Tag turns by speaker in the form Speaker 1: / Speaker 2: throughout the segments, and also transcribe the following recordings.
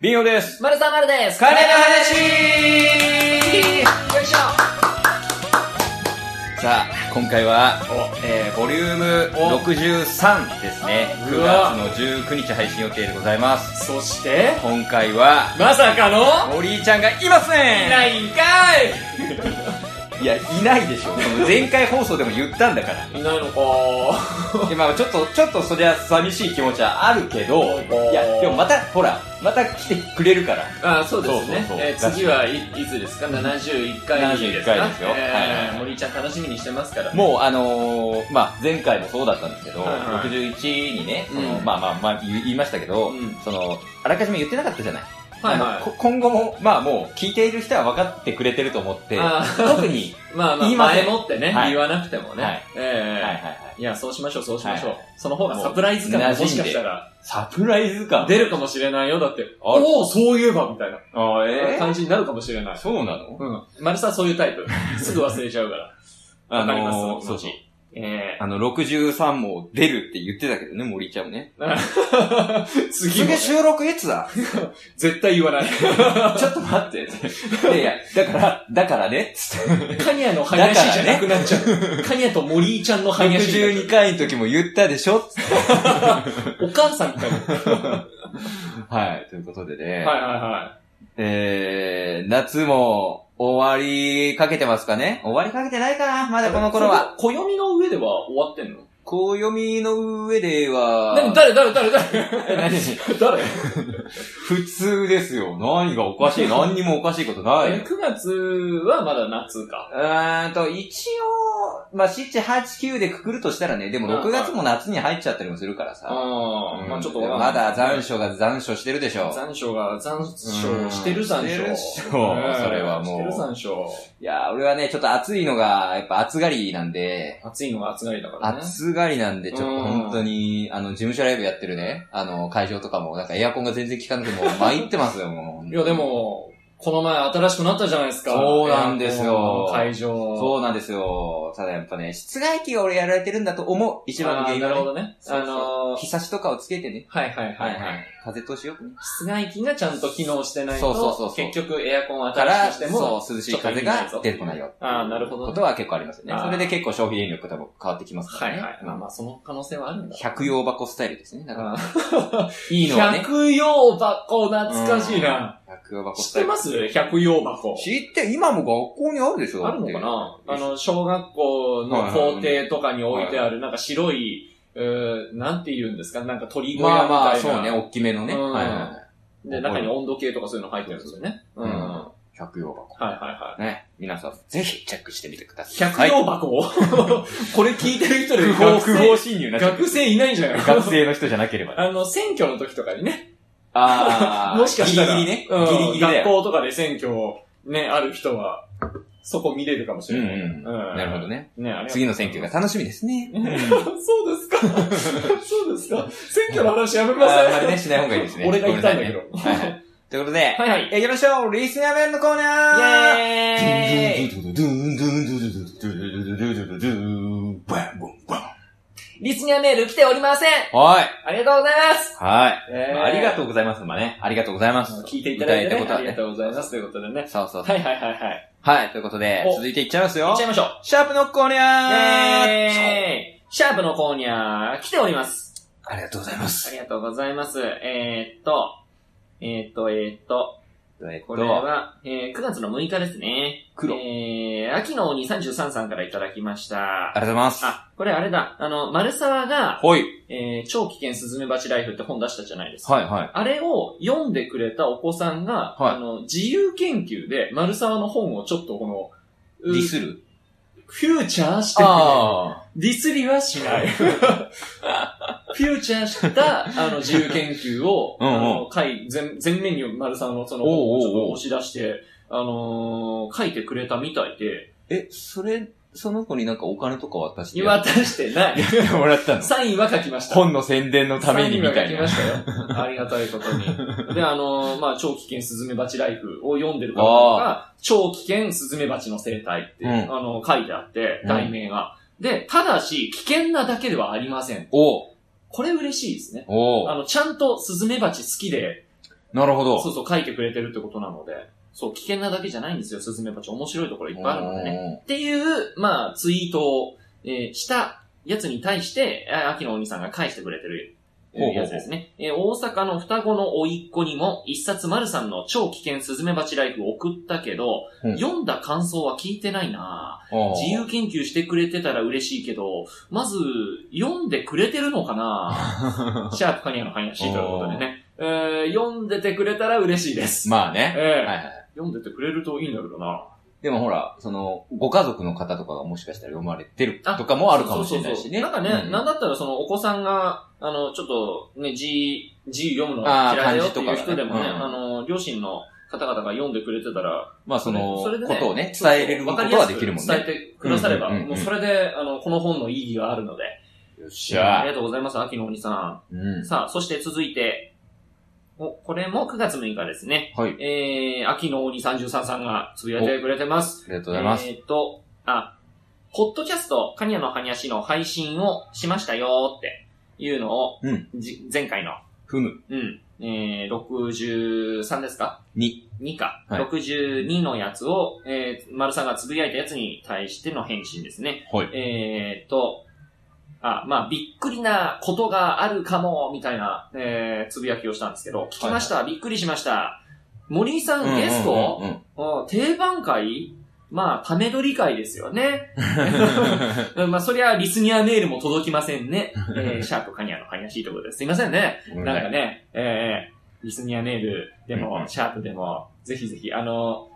Speaker 1: ビンオです。
Speaker 2: まるさんまるです。
Speaker 1: 金の
Speaker 2: よ
Speaker 1: 話
Speaker 2: いしょ。
Speaker 1: さあ、今回は、えーボリューム
Speaker 2: お
Speaker 1: 63ですね。
Speaker 2: う
Speaker 1: 9
Speaker 2: わ
Speaker 1: 月の19日配信予定でございます。
Speaker 2: そして、
Speaker 1: 今回は、
Speaker 2: まさかの、
Speaker 1: モリーちゃんがいません
Speaker 2: いないんかい
Speaker 1: いや、いないでしょ。その前回放送でも言ったんだ から。
Speaker 2: いないのか
Speaker 1: いやまあちょっと、ちょっとそりゃ寂しい気持ちはあるけど、
Speaker 2: お
Speaker 1: いや、でもまた、ほら、また来てくれるから。
Speaker 2: ああそうですね
Speaker 1: そうそうそう
Speaker 2: えー次はいいつですか71回です
Speaker 1: 71
Speaker 2: か
Speaker 1: 回ですよ
Speaker 2: え
Speaker 1: はい
Speaker 2: ー
Speaker 1: はい
Speaker 2: 森井ちゃん楽しみにしてますから
Speaker 1: もうあのーまあ前回もそうだったんですけど、
Speaker 2: はいはい
Speaker 1: 61にね、その
Speaker 2: うん
Speaker 1: まあまあまあ言い言いましたけど、
Speaker 2: うん
Speaker 1: その、あらかじめ言ってなかったじゃない。
Speaker 2: はいはい
Speaker 1: あのこ今後も、まあもう聞いている人は分かってくれてると思って、
Speaker 2: あー
Speaker 1: 特 に、
Speaker 2: まあまあ
Speaker 1: 言いません
Speaker 2: 前もってね、
Speaker 1: はい
Speaker 2: 言わなくてもね、
Speaker 1: はい
Speaker 2: え
Speaker 1: は
Speaker 2: え
Speaker 1: いはいはいい、
Speaker 2: やそうしましょうそうしましょう、
Speaker 1: はい
Speaker 2: その方がサプライズ感が
Speaker 1: も
Speaker 2: も
Speaker 1: う
Speaker 2: しかしたら
Speaker 1: サプライズ感。
Speaker 2: 出るかもしれないよだって
Speaker 1: ある
Speaker 2: おおそういえばみたいな
Speaker 1: あーえー
Speaker 2: 感じになるかもしれない
Speaker 1: そうなの
Speaker 2: うん。丸さんそういうタイプ。すぐ忘れちゃうから。
Speaker 1: あ
Speaker 2: わかります
Speaker 1: のー
Speaker 2: そ
Speaker 1: そ
Speaker 2: の
Speaker 1: う
Speaker 2: 気
Speaker 1: そう
Speaker 2: 持。え
Speaker 1: あの、63も出るって言ってたけどね、森ちゃんもね。
Speaker 2: え次もね、
Speaker 1: 収録いつ だ
Speaker 2: 絶対言わない。
Speaker 1: ちょっと待って。いやいや、 だから、だからね、つって。
Speaker 2: カニアの話じゃなくなっちゃう。カニアと森井ちゃんの話じゃなくなっ
Speaker 1: 62回の時も言ったでしょつって
Speaker 2: ちゃう。お母さんみたいな。は
Speaker 1: はい、ということでね。
Speaker 2: いはいは
Speaker 1: えー、夏も終わりかけてますかね終わりかけてないかなま
Speaker 2: い。
Speaker 1: だこの頃は。。
Speaker 2: 暦の上では終わってんの
Speaker 1: 暦の上では、
Speaker 2: 何誰誰誰誰
Speaker 1: 何
Speaker 2: 誰
Speaker 1: 普通ですよ。何がおかしい何にもおかしいことない
Speaker 2: え ?9 月はまだ夏か。
Speaker 1: うーんと、一応、まあ、7、8、9でくくるとしたらね、でも
Speaker 2: うん
Speaker 1: 6月も夏に入っちゃったりもするからさ。
Speaker 2: ああ、まあちょっとわかんな
Speaker 1: まだ
Speaker 2: い
Speaker 1: 残暑が残暑してるでしょ。
Speaker 2: 残暑が、残暑、してる残暑。
Speaker 1: うんしてる残暑
Speaker 2: ねえ
Speaker 1: それはもう
Speaker 2: してる残暑。
Speaker 1: いやー、俺はね、ちょっと暑いのが、やっぱ暑がりなんで、
Speaker 2: 暑いのが暑がりだからね。
Speaker 1: 暑がりなんで、ちょっと
Speaker 2: うん
Speaker 1: 本当に、あの、事務所ライブやってるね、あの、会場とかも、なんかエアコンが全然効かなくて、もう参ってますよ、もう。
Speaker 2: いや、で、も、この前新しくなったじゃないですか。
Speaker 1: そうなんですよ
Speaker 2: 会場。
Speaker 1: そうなんですよ。ただやっぱね、室外機が俺やられてるんだと思う。一番の
Speaker 2: あ
Speaker 1: 原
Speaker 2: ー
Speaker 1: 因
Speaker 2: な
Speaker 1: は
Speaker 2: るほ
Speaker 1: ね。
Speaker 2: どね。
Speaker 1: そうそ
Speaker 2: あ
Speaker 1: う
Speaker 2: のー、
Speaker 1: 日差しとかをつけてね。
Speaker 2: はいはいはいは。
Speaker 1: はいい。風通しよくね。
Speaker 2: 室外機がちゃんと機能してない
Speaker 1: そうそうそう
Speaker 2: と、
Speaker 1: そう
Speaker 2: 結局エアコンを
Speaker 1: か
Speaker 2: 新
Speaker 1: ら、
Speaker 2: しくしても、
Speaker 1: そう、涼しい風が出てこないよ。
Speaker 2: あーなるほどね
Speaker 1: ことは結構ありますよね。
Speaker 2: あー
Speaker 1: それで結構消費電力とかも変わってきますか
Speaker 2: は
Speaker 1: ら
Speaker 2: い
Speaker 1: ね。
Speaker 2: はい。まあまあ、その可能性はあるんだ。
Speaker 1: 百葉箱スタイルですね。だから、
Speaker 2: あ
Speaker 1: いいの
Speaker 2: ー
Speaker 1: はね。
Speaker 2: 百葉箱、懐かしい
Speaker 1: う
Speaker 2: な。
Speaker 1: ん。百葉箱
Speaker 2: 知
Speaker 1: ス
Speaker 2: っ
Speaker 1: タイ
Speaker 2: て
Speaker 1: ル。
Speaker 2: ます百葉箱。
Speaker 1: 知って、今も学校にあるでしょ
Speaker 2: あるのかな
Speaker 1: だっ
Speaker 2: あ
Speaker 1: て
Speaker 2: の、小学校の校庭とかに置いてある、なんか白い、うーなんて言うんですかなんか鳥小屋み
Speaker 1: ま
Speaker 2: たい
Speaker 1: あ
Speaker 2: な。
Speaker 1: まあ、そうね、大きめのね。
Speaker 2: うん
Speaker 1: はいはいはい。
Speaker 2: で、中に温度計とかそういうの入ってるんですよね。
Speaker 1: う
Speaker 2: うんん。は
Speaker 1: 百葉箱。
Speaker 2: いはいはい。
Speaker 1: ね。皆さん、ぜひチェックしてみてください。
Speaker 2: 百葉箱を、これ聞いてる人で
Speaker 1: 不法侵入な
Speaker 2: 学生いないんじゃない
Speaker 1: 学生の人じゃなければ。
Speaker 2: あの、選挙の時とかにね。
Speaker 1: あー
Speaker 2: もしかしたら。
Speaker 1: ギリギリね。
Speaker 2: うん
Speaker 1: ギリギリだよ。
Speaker 2: 学校とかで選挙をね、ある人は、そこ見れるかもし
Speaker 1: うん
Speaker 2: れ
Speaker 1: う
Speaker 2: ない。
Speaker 1: ん。なるほどね。
Speaker 2: ど。ね、あれ
Speaker 1: 次の選挙が楽しみですね。
Speaker 2: そう ですか。そうですか。選挙の話やめ
Speaker 1: ま
Speaker 2: ま
Speaker 1: あ、あんま
Speaker 2: せ
Speaker 1: り
Speaker 2: ん。
Speaker 1: ね、しない方がいいですね。
Speaker 2: 俺が言いたいんだけど
Speaker 1: ごめなさいねはいはい。ということで、
Speaker 2: はいはい。
Speaker 1: やりましょうリスナーメンのコーナー
Speaker 2: イ
Speaker 1: イ
Speaker 2: エーイリスニアメール来ておりません
Speaker 1: はい。
Speaker 2: ありがとうございます
Speaker 1: はい。まあありが
Speaker 2: う。
Speaker 1: とうございます。まあね。ありがとうございます。
Speaker 2: 聞いていただいて、
Speaker 1: い
Speaker 2: ね、
Speaker 1: ただ
Speaker 2: あ
Speaker 1: い
Speaker 2: り
Speaker 1: たこ
Speaker 2: が
Speaker 1: と
Speaker 2: うございますということでね。
Speaker 1: そうそうそう。
Speaker 2: はいはいはいはい。
Speaker 1: はい。ということで、
Speaker 2: お
Speaker 1: 続いていっちゃいますよ
Speaker 2: 行っちゃ。いましょう。
Speaker 1: シャープのコーニャー
Speaker 2: イエーイシャープのコーニャー、来ております。
Speaker 1: ありがとうございます。
Speaker 2: ありがとうございます。えー、っと、えー、っと、えー、っと、
Speaker 1: えっ
Speaker 2: これ
Speaker 1: と、
Speaker 2: は、えー、9月の6日ですね。
Speaker 1: 黒。あり
Speaker 2: えー、秋の鬼33さんからいただきました。
Speaker 1: がとうございます。
Speaker 2: あ、これあれだ。あの、丸沢が、
Speaker 1: ほい。
Speaker 2: えー、超危険スズメバチライフって本出したじゃないですか。
Speaker 1: はいはい。
Speaker 2: あれを読んでくれたお子さんが、
Speaker 1: はい
Speaker 2: あの、自由研究で、丸沢の本をちょっとこの、う
Speaker 1: ディスる
Speaker 2: フューチャーしてくれ
Speaker 1: あ
Speaker 2: ディスりはしない。フューチャーした、あの、自由研究を、
Speaker 1: うんうん
Speaker 2: あの、書い、全、全面に丸さんのその
Speaker 1: おう
Speaker 2: 本をち
Speaker 1: おうおう
Speaker 2: ょっと押し出して、あのー書いてくれたみたいで、
Speaker 1: ー。え、それ、その子になんかお金とか渡して
Speaker 2: 渡してな い。
Speaker 1: やってもらったの
Speaker 2: サインは書きました。
Speaker 1: 本の宣伝のためにみた
Speaker 2: サイ
Speaker 1: い
Speaker 2: ン
Speaker 1: な
Speaker 2: は。書きましたよ。ありがたいこ とに。で、あのーまあ、超危険スズメバチライフを読んでる方が、超危険スズメバチの生態って、
Speaker 1: うん
Speaker 2: あの、書いてあって
Speaker 1: う、ん
Speaker 2: 題名が。で、ただし、危険なだけではありません。
Speaker 1: おう
Speaker 2: これ嬉しいですね。
Speaker 1: おう
Speaker 2: あの、ちゃんとスズメバチ好きで、
Speaker 1: なるほど。
Speaker 2: そうそう、書いてくれてるってことなので、そう、危険なだけじゃないんですよ、スズメバチ。面白いところいっぱいあるのでね。
Speaker 1: ね。
Speaker 2: っていう、まあ、ツイートを、えーしたやつに対して、あ秋のお兄さんが返してくれてる。えー
Speaker 1: ほうほうほう
Speaker 2: やつですね。えー大阪の双子の甥っ子にも、一冊丸さんの超危険スズメバチライフを送ったけど、
Speaker 1: うん
Speaker 2: 読んだ感想は聞いてないな
Speaker 1: あー
Speaker 2: 自由研究してくれてたら嬉しいけど、まず、読んでくれてるの かなシャープカニアの話ということでね。えー読んでてくれたら嬉しいです。
Speaker 1: まあね。
Speaker 2: えー
Speaker 1: はいはい。
Speaker 2: 読んでてくれるといいんだけどな
Speaker 1: でもほら、その、ご家族の方とかがもしかしたら読まれてるとかもあるかもしれないしね。
Speaker 2: そうそうそうなんかね、
Speaker 1: う
Speaker 2: なんだったらそのお子さんが、あの、ちょっとね、字、字読むの
Speaker 1: あー
Speaker 2: 嫌いだよっていう
Speaker 1: 漢字とか
Speaker 2: 人でもね、
Speaker 1: うん
Speaker 2: あの、両親の方々が読んでくれてたら、
Speaker 1: まあその、
Speaker 2: れで
Speaker 1: ことをね、伝えれることはできるもん
Speaker 2: わか
Speaker 1: ね。
Speaker 2: りやすく伝えてくだされば、
Speaker 1: うんうんうんうん
Speaker 2: もうそれで、あの、この本の意義があるので。
Speaker 1: よっ
Speaker 2: い
Speaker 1: し
Speaker 2: やあ
Speaker 1: ゃ
Speaker 2: り
Speaker 1: ー
Speaker 2: がとうございます、秋のお兄さ
Speaker 1: うん
Speaker 2: ん。。さあ、そして続いて、お、これも9月6日ですね。
Speaker 1: はい。
Speaker 2: えー、秋の鬼33さんがつぶやいてくれてます。
Speaker 1: ありがとうございます。
Speaker 2: えーっと、あ、ポッドキャスト、カニアのハニヤシの配信をしましたよーっていうのを、
Speaker 1: うん
Speaker 2: じ前回の、
Speaker 1: ふむ。
Speaker 2: うん、えー、63ですか
Speaker 1: に。
Speaker 2: ?2 か、
Speaker 1: はい
Speaker 2: 62のやつを、えー、丸さんがつぶやいたやつに対しての返信ですね。
Speaker 1: はい
Speaker 2: えーっと、あ、まあ、びっくりなことがあるかも、みたいな、えー、つぶやきをしたんですけど、聞きました、びっくりしました。森井さん、ゲスト、
Speaker 1: うんうんうん
Speaker 2: あ定番会まあ、ため取り会です よね。 まあ、そりゃ、リスニアメールも届きませんね。えー、シャープカニアの話ということです。すいませんね。
Speaker 1: ごめんな
Speaker 2: なん
Speaker 1: さ
Speaker 2: か
Speaker 1: い
Speaker 2: ね、えー、リスニアメールで
Speaker 1: うんう
Speaker 2: も、
Speaker 1: ん
Speaker 2: シャープでも、ぜひぜひ、あの、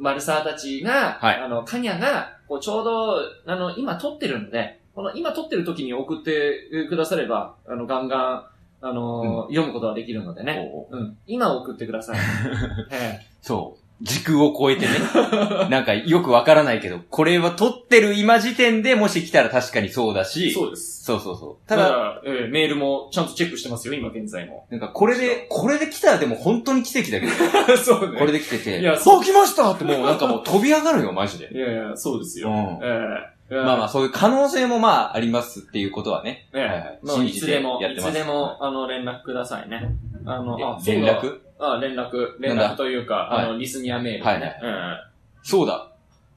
Speaker 2: マルサーたちが、
Speaker 1: はい
Speaker 2: あの、カニアが、こう、ちょうど、あの、今撮ってるので、この今撮ってる時に送ってくだされば、あの、ガンガン、あの、読むことはできるのでね。
Speaker 1: おうおう
Speaker 2: うん。今送ってください。 え
Speaker 1: そう。時空を超えてね。 なんかよくわからないけど、これは撮ってる今時点でもし来たら確かにそうだ
Speaker 2: え
Speaker 1: し、
Speaker 2: そうです。
Speaker 1: そうそうそう。
Speaker 2: た
Speaker 1: た
Speaker 2: だ
Speaker 1: だ、
Speaker 2: えーメールもちゃんとチェックしてますよ、今現 在も。
Speaker 1: なんかこれで、これで来たらでも本当に奇跡だけど、こ
Speaker 2: そう
Speaker 1: れで来てて、
Speaker 2: いやそう
Speaker 1: そう来ましたってもうなんかもう飛び上がるよ、マジで。
Speaker 2: いやいや、そうです
Speaker 1: う
Speaker 2: よ。
Speaker 1: ん
Speaker 2: え。え
Speaker 1: まあま
Speaker 2: あ、
Speaker 1: あそういう可能性もまあありますっていうことはね。
Speaker 2: ええ
Speaker 1: はいはい
Speaker 2: まあ、
Speaker 1: 信
Speaker 2: い
Speaker 1: じ
Speaker 2: つ
Speaker 1: て
Speaker 2: でも、
Speaker 1: やっ
Speaker 2: い
Speaker 1: てます
Speaker 2: つでも、あの、連絡くださいね。あの、あ、
Speaker 1: 連
Speaker 2: そう
Speaker 1: 絡
Speaker 2: だあ、連絡、連
Speaker 1: なん
Speaker 2: 絡
Speaker 1: だ
Speaker 2: というか、
Speaker 1: はい
Speaker 2: あの、リスニアメール、ね。
Speaker 1: はいはそうだ。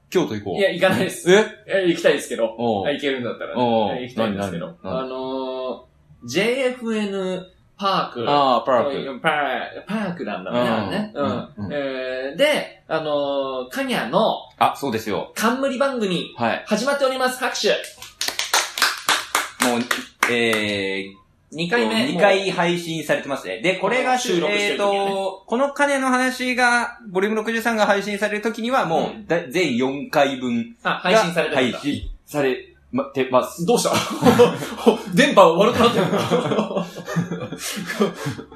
Speaker 1: 京都行
Speaker 2: うん
Speaker 1: こ
Speaker 2: いや、行かないです。
Speaker 1: う。え
Speaker 2: え行きたいですけど。
Speaker 1: おう
Speaker 2: 行けるんだったらね。
Speaker 1: おう
Speaker 2: はい行きたいんですけど
Speaker 1: 何。何
Speaker 2: あのー、JFN パーク。
Speaker 1: ああ、パーク。
Speaker 2: パーパークなんだね。
Speaker 1: うん
Speaker 2: うん
Speaker 1: うん
Speaker 2: えーで、あのー、カニャの
Speaker 1: あ、そうですよ。
Speaker 2: 冠番組、
Speaker 1: はい。
Speaker 2: 始まっております。拍手。
Speaker 1: もう、えー、
Speaker 2: 2
Speaker 1: 2
Speaker 2: 回目。
Speaker 1: 2回配信されてますね。で、これが
Speaker 2: 収
Speaker 1: 収
Speaker 2: 録
Speaker 1: 録
Speaker 2: し
Speaker 1: してて
Speaker 2: る
Speaker 1: る、
Speaker 2: 時ね
Speaker 1: えーと、この金の話が、ボリューム63が配信されるときには、もう、
Speaker 2: うん
Speaker 1: だ全4回分
Speaker 2: あ、
Speaker 1: が
Speaker 2: 配信されてるんだ
Speaker 1: 配信されまてます。
Speaker 2: どうした 電波悪くなってる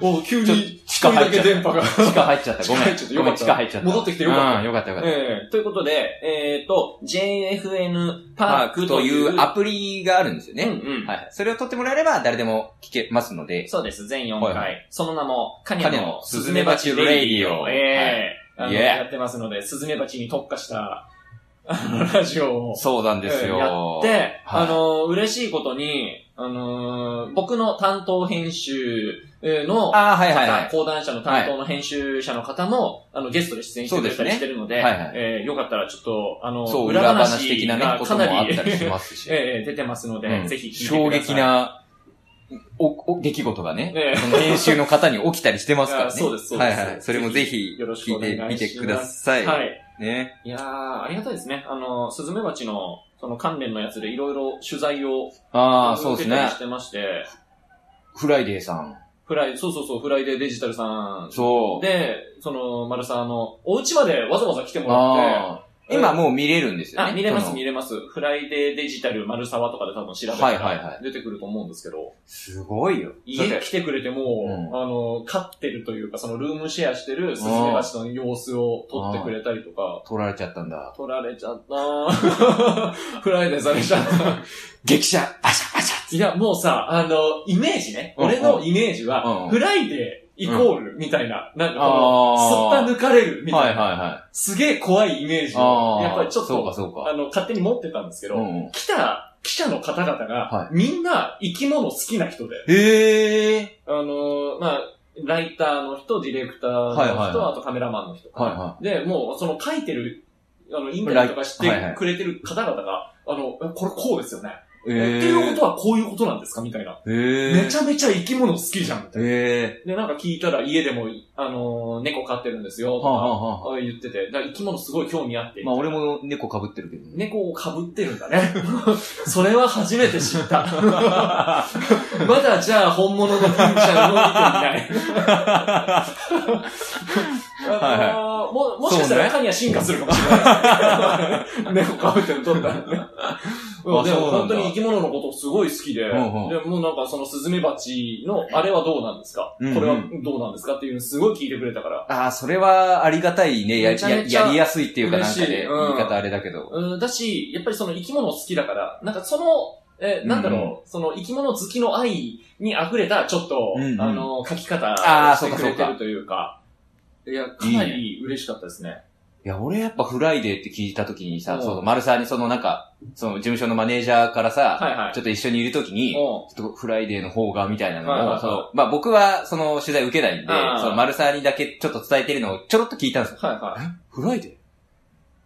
Speaker 2: お急に、
Speaker 1: 地下入っちゃ
Speaker 2: 一人だ
Speaker 1: っ
Speaker 2: け電波 が
Speaker 1: た。地下入っちゃった。ごめ
Speaker 2: 地下入っ
Speaker 1: ん
Speaker 2: ちゃった。
Speaker 1: ご
Speaker 2: よか
Speaker 1: めん、地下入っ
Speaker 2: った
Speaker 1: ちゃった。
Speaker 2: 戻ってきてよかった
Speaker 1: うん、よかったよかった。
Speaker 2: えーということで、えっ、と、JFN
Speaker 1: パ
Speaker 2: パー
Speaker 1: ー
Speaker 2: ク
Speaker 1: ク
Speaker 2: と
Speaker 1: と
Speaker 2: い
Speaker 1: いううアプリがあるんですよね。
Speaker 2: うんうん
Speaker 1: はいはい。それを取ってもらえれば、誰でも聞けますので。
Speaker 2: そうです、全4回。
Speaker 1: はいは
Speaker 2: その名も、カニ
Speaker 1: カニ
Speaker 2: ャ
Speaker 1: ャ
Speaker 2: の
Speaker 1: の
Speaker 2: ス
Speaker 1: ス
Speaker 2: ズ
Speaker 1: ズ
Speaker 2: メ
Speaker 1: メ
Speaker 2: バ
Speaker 1: バ
Speaker 2: チ
Speaker 1: チ
Speaker 2: レ
Speaker 1: レ
Speaker 2: イ
Speaker 1: イデ
Speaker 2: ディ
Speaker 1: ィ
Speaker 2: オ。
Speaker 1: オ
Speaker 2: ええあの
Speaker 1: Yeah
Speaker 2: やってますので、スズメバチに特化した、あの、ラジオを。
Speaker 1: そうなんですよ。
Speaker 2: で、
Speaker 1: はい
Speaker 2: あの、嬉しいことに、あのー僕の担当編集の、
Speaker 1: ああ、はいはいはい。
Speaker 2: 講談社の担当の編集者の方も、あの、ゲストで出演してくれたり
Speaker 1: そうですね
Speaker 2: してるので、
Speaker 1: はいはい
Speaker 2: えーよかったらちょっと、あの、
Speaker 1: そう、裏話的な
Speaker 2: が
Speaker 1: ね、こ
Speaker 2: か
Speaker 1: とも
Speaker 2: な
Speaker 1: あっ
Speaker 2: り、
Speaker 1: たりしますし。
Speaker 2: えー出てますので、
Speaker 1: うん
Speaker 2: ぜひ聞いて
Speaker 1: 衝
Speaker 2: くださ
Speaker 1: 撃
Speaker 2: い。
Speaker 1: な、お、お、出来事が
Speaker 2: え
Speaker 1: ね
Speaker 2: え、
Speaker 1: その編集の方に起きたりしてますからね。
Speaker 2: いやそうですそう
Speaker 1: は
Speaker 2: です
Speaker 1: いはい。それもぜひ、
Speaker 2: よろしく
Speaker 1: 聞
Speaker 2: お
Speaker 1: い
Speaker 2: 願いしてます
Speaker 1: みてください。
Speaker 2: はい。
Speaker 1: ね。
Speaker 2: いやー、ありがたいですね。あの、スズメバチの、その関連のやつでいろいろ取材を
Speaker 1: ああ、そうです
Speaker 2: 受けた
Speaker 1: ね
Speaker 2: りし。てまして、
Speaker 1: フライデーさん。
Speaker 2: フライ、そうそうそう、フライデーデジタルさん
Speaker 1: そう。
Speaker 2: で、その、マルサーの、お家までわざわざ来てもらっ
Speaker 1: ああ。今もう見れるんです
Speaker 2: て、
Speaker 1: よ
Speaker 2: あ、
Speaker 1: ね。
Speaker 2: 見れます
Speaker 1: その
Speaker 2: 見れます。フライデーデジタルマルサワとかで多分調べた
Speaker 1: はいはいは
Speaker 2: ら出てくると思うんですけど、
Speaker 1: すごいよ。だ
Speaker 2: 家
Speaker 1: って
Speaker 2: 来てくれても、
Speaker 1: う
Speaker 2: あの、飼ってるというか、そのルームシェアしてるスズメバチの様子を撮ってくれたりとか、
Speaker 1: 取られちゃったんだ。
Speaker 2: 撮られちゃったー フライデーされちゃ った。
Speaker 1: 激写バシャバシャ
Speaker 2: いや、もうさ、あの、イメージね。
Speaker 1: うん
Speaker 2: 俺のイメージ
Speaker 1: うん
Speaker 2: は、
Speaker 1: うん
Speaker 2: フライデーイコールみたいな、なんか
Speaker 1: あ
Speaker 2: この、
Speaker 1: ー
Speaker 2: すった抜かれるみた
Speaker 1: は
Speaker 2: いな。
Speaker 1: いはいはい。
Speaker 2: すげえ怖いイメージを、やっぱりちょっ
Speaker 1: そう
Speaker 2: と、
Speaker 1: かそう
Speaker 2: あ
Speaker 1: か。
Speaker 2: の、勝手に持ってたんですけど、
Speaker 1: うんうん。
Speaker 2: 来た記者の方々が、
Speaker 1: は
Speaker 2: みんな生き物好きな人で、
Speaker 1: へえ。
Speaker 2: あのーまあ、ライターの人、ディレクターの人、
Speaker 1: はいはいは
Speaker 2: あとカメラマンの人、
Speaker 1: はいは
Speaker 2: で、もう、その書いてる、あの、インタビューとかして
Speaker 1: はいはい
Speaker 2: くれてる方々が、あの、えこれこうですよね。
Speaker 1: い。え
Speaker 2: えっていうことはこういうことなんですかみたいな。
Speaker 1: えー、
Speaker 2: めちゃめちゃ生き物好きじゃん、みたいな。
Speaker 1: え
Speaker 2: で、なんか聞いたら家でも、あのー、猫飼ってるんですよ、
Speaker 1: ー、
Speaker 2: と
Speaker 1: はあ、は
Speaker 2: か、
Speaker 1: あはあ、
Speaker 2: あ言ってて。だから生き物すごい興味あって。
Speaker 1: まあ俺。も猫被ってるけどね。
Speaker 2: 猫を被ってるんだね。 それは初めて知った。 まだじゃあ本物のピンチャーを見てみない。
Speaker 1: はいはい
Speaker 2: あのーも、もしかしたら中には進化するかもしれない。 猫被ってるの取った らね。
Speaker 1: そうなんだ
Speaker 2: でも本当に生き物のことすごい好きで、で
Speaker 1: うんうん
Speaker 2: もうなんかそのスズメバチのあれはどうなんですか
Speaker 1: うんうん
Speaker 2: これはどうなんですかっていうのすごい聞いてくれたから。
Speaker 1: ああ、それはありがたいね。や
Speaker 2: めちゃめちゃ
Speaker 1: ややりやすいっていうかなんかね、
Speaker 2: 嬉しい
Speaker 1: 言
Speaker 2: うん
Speaker 1: い方あれだけど。
Speaker 2: うん、だし、やっぱりその生き物好きだから、なんかその、えーなんだろう、
Speaker 1: うん
Speaker 2: その生き物好きの愛に溢れた、ちょっと、
Speaker 1: うんうん
Speaker 2: あの、書き方
Speaker 1: あ
Speaker 2: を
Speaker 1: ー
Speaker 2: してく
Speaker 1: そ
Speaker 2: れ
Speaker 1: うか
Speaker 2: て
Speaker 1: そう
Speaker 2: るというか、いや、かなり嬉しかったですね。
Speaker 1: いや、俺やっぱフライデーって聞いた時に
Speaker 2: う
Speaker 1: さ、
Speaker 2: ん
Speaker 1: そうそう、丸さんにそのなんか、その事務所のマネージャーからさ、
Speaker 2: はいはい。
Speaker 1: ちょっと一緒にいる時に、
Speaker 2: う
Speaker 1: ちょっとフライデーの方がみたいなのを、
Speaker 2: はいはいはい
Speaker 1: そのまあ僕はその取材受けないんで
Speaker 2: ああ、
Speaker 1: その丸さんにだけちょっと伝えてるのをちょろっと聞いたんですよ。
Speaker 2: ん。はいは
Speaker 1: フライデー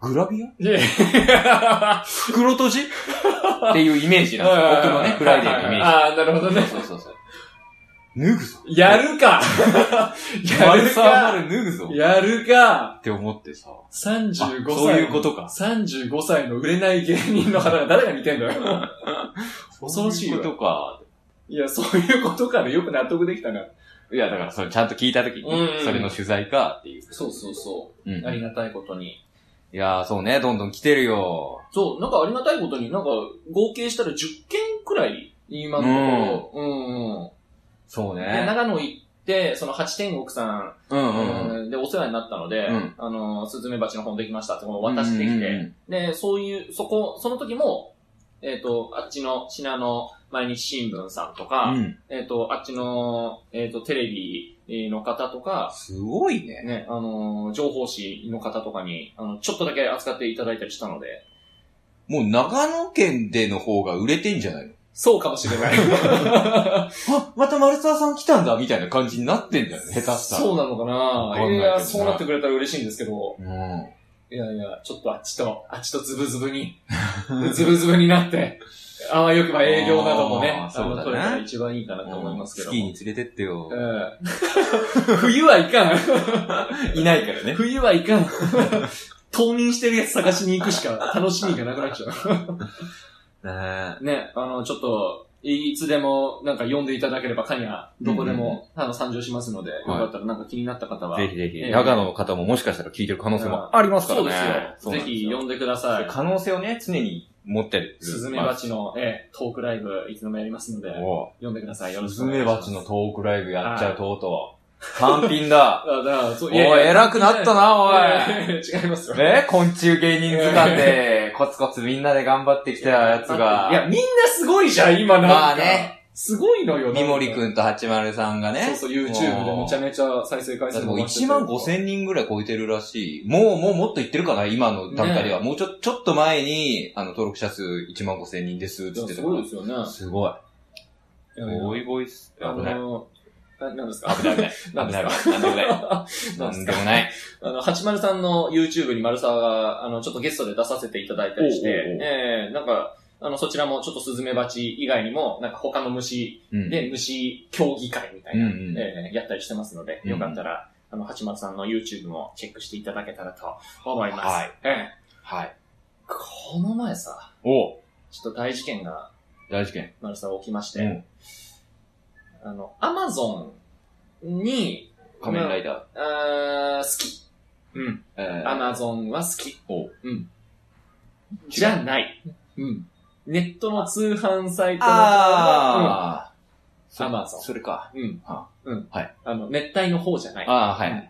Speaker 1: グラビア
Speaker 2: い。で、
Speaker 1: 袋閉じっていうイメージなんですよ。僕のね、フライデーのイメージ。
Speaker 2: ああ、なるほどね。
Speaker 1: そうそうそう。脱ぐ ぞ。
Speaker 2: やるかや
Speaker 1: 丸
Speaker 2: る
Speaker 1: さん
Speaker 2: か
Speaker 1: 丸脱ぐぞ。
Speaker 2: やるか
Speaker 1: って思ってさ。
Speaker 2: 35歳の。
Speaker 1: あそういうことか
Speaker 2: 35歳の売れない芸人の方が誰が見てんだよ。恐ろしい
Speaker 1: そ
Speaker 2: わ
Speaker 1: ううことか。
Speaker 2: いや、そういうことからよく納得できたな。
Speaker 1: いや、だからそれちゃんと聞いたときに
Speaker 2: うんうん、
Speaker 1: それの取材かっていう。
Speaker 2: そうそうそうう。あり
Speaker 1: ん。
Speaker 2: がたいことに。
Speaker 1: いやー、そうね、どんどん来てるよ。
Speaker 2: そう、なんかありがたいことに、なんか合計したら10件くらい、今のところ。うんうん。
Speaker 1: そう
Speaker 2: で、
Speaker 1: ね。
Speaker 2: 長野行って、その八天国さん
Speaker 1: うんうんうん。
Speaker 2: でお世話になったので
Speaker 1: うん、
Speaker 2: あの、スズメバチの本できましたってこの渡してきて、で、そういう、そこ、その時も、えっ、と、あっちの、品の毎日新聞さんと
Speaker 1: うんうん
Speaker 2: か、
Speaker 1: うん。うん。
Speaker 2: えっ、と、あっちの、えっ、と、テレビの方とか、
Speaker 1: すごいね。
Speaker 2: ね、あのー情報誌の方とかに、あの、ちょっとだけ扱っていただいたりしたので、
Speaker 1: もう長野県での方が売れてんじゃないの
Speaker 2: そうかもしれない。
Speaker 1: あ、また丸沢さん来たんだみたいな感じになってんだよね、下手したら。
Speaker 2: そうなのか
Speaker 1: わ
Speaker 2: な
Speaker 1: かんないけど
Speaker 2: い
Speaker 1: な
Speaker 2: や、そうなってくれたら嬉しいんですけど、
Speaker 1: うん。
Speaker 2: いやいや、ちょっとあっちと、あっちとズブズブに、ズブズブになって、あわよくば営業などもね、
Speaker 1: あーそうだね
Speaker 2: あの取れたら一番いいかなと思いますけど
Speaker 1: スキーに
Speaker 2: も。
Speaker 1: 連れてってよ
Speaker 2: う。ん冬はいかん。
Speaker 1: いないからね。
Speaker 2: 冬はいかん。冬眠してるやつ探しに行くしか楽しみがなくなっちゃう。
Speaker 1: ね
Speaker 2: ね、あの、ちょっと、いつでも、なんか読んでいただければ、かにゃ、どこでも、あの、参上しますので、よかったらなんか気になった方は。
Speaker 1: ぜひぜひ、
Speaker 2: ええ
Speaker 1: 長野の方ももしかしたら聞いてる可能性もありますか
Speaker 2: そ
Speaker 1: ら
Speaker 2: う
Speaker 1: ね
Speaker 2: で。す
Speaker 1: そう
Speaker 2: よ。
Speaker 1: なんで
Speaker 2: ぜ
Speaker 1: すよ
Speaker 2: ひ読んでください。
Speaker 1: 可能性をね、常に持ってる。
Speaker 2: スズメバチの、ええ、トークライブ、いつでもやりますので、
Speaker 1: お
Speaker 2: 読んでください。よ
Speaker 1: う
Speaker 2: ろし
Speaker 1: スズ
Speaker 2: くお願い
Speaker 1: メ
Speaker 2: します。
Speaker 1: バチのトークライブやっちゃ
Speaker 2: は
Speaker 1: う、
Speaker 2: い
Speaker 1: とうとう。単品 だ。
Speaker 2: あ。だから、そ
Speaker 1: お
Speaker 2: う
Speaker 1: い、偉くなったな、おい。
Speaker 2: い。 違いますよ。
Speaker 1: え昆虫芸人図鑑 で、コツコツみんなで頑張ってきたやつ
Speaker 2: いや、
Speaker 1: が。
Speaker 2: みんなすごいじゃん、今なんか。
Speaker 1: まあね。
Speaker 2: すごいのよ、
Speaker 1: 三森
Speaker 2: んか。
Speaker 1: くんと八丸さんがね。
Speaker 2: そうそう、YouTube でめちゃめちゃ再生回
Speaker 1: だっ
Speaker 2: 数
Speaker 1: てもう
Speaker 2: 伸ばして
Speaker 1: 1
Speaker 2: て
Speaker 1: 万5千人ぐらい超えてるらしい。もう、もうもっといってるかな今の段階では。もうちょ、ちょっと前に、あの、登録者数1万5千人ですって言って
Speaker 2: す
Speaker 1: た
Speaker 2: ごいですよね。
Speaker 1: すごい。ボイボイス。
Speaker 2: あ
Speaker 1: 危ない。
Speaker 2: の、ななんですか
Speaker 1: 危ない危ない。
Speaker 2: なん
Speaker 1: 危
Speaker 2: で
Speaker 1: な
Speaker 2: す
Speaker 1: い
Speaker 2: か
Speaker 1: 危ない。なんでもない。なん
Speaker 2: な
Speaker 1: ん
Speaker 2: で
Speaker 1: ですも
Speaker 2: か
Speaker 1: ない。
Speaker 2: あの、八丸さんの YouTube に丸沢が、あの、ちょっとゲストで出させていただいたりして、
Speaker 1: おうおうおう
Speaker 2: ええなんか、あの、そちらもちょっとスズメバチ以外にも、なんか他の虫
Speaker 1: うん。
Speaker 2: で虫競技会みたい
Speaker 1: うん
Speaker 2: な、
Speaker 1: うん。
Speaker 2: ええやったりしてますので、
Speaker 1: うん
Speaker 2: よかったら、あの、八丸さんの YouTube もチェックしていただけたらと思います。
Speaker 1: はい。
Speaker 2: ええ
Speaker 1: はい。
Speaker 2: この前さ、
Speaker 1: おう
Speaker 2: ちょっと大事件が
Speaker 1: 大事件。
Speaker 2: 丸沢起きまして、
Speaker 1: うん
Speaker 2: あの、アマゾンに、
Speaker 1: 仮面ライダ
Speaker 2: あー好き。うん。
Speaker 1: ー。え
Speaker 2: ア
Speaker 1: ー
Speaker 2: マゾンは好き。
Speaker 1: お
Speaker 2: うん。じゃない。うん。ネットの通販サイトの
Speaker 1: あー。そ
Speaker 2: Amazon
Speaker 1: それか。
Speaker 2: うん。うん
Speaker 1: あ。
Speaker 2: うん。
Speaker 1: はい。
Speaker 2: あの、熱帯の方じゃない。
Speaker 1: あー、はい。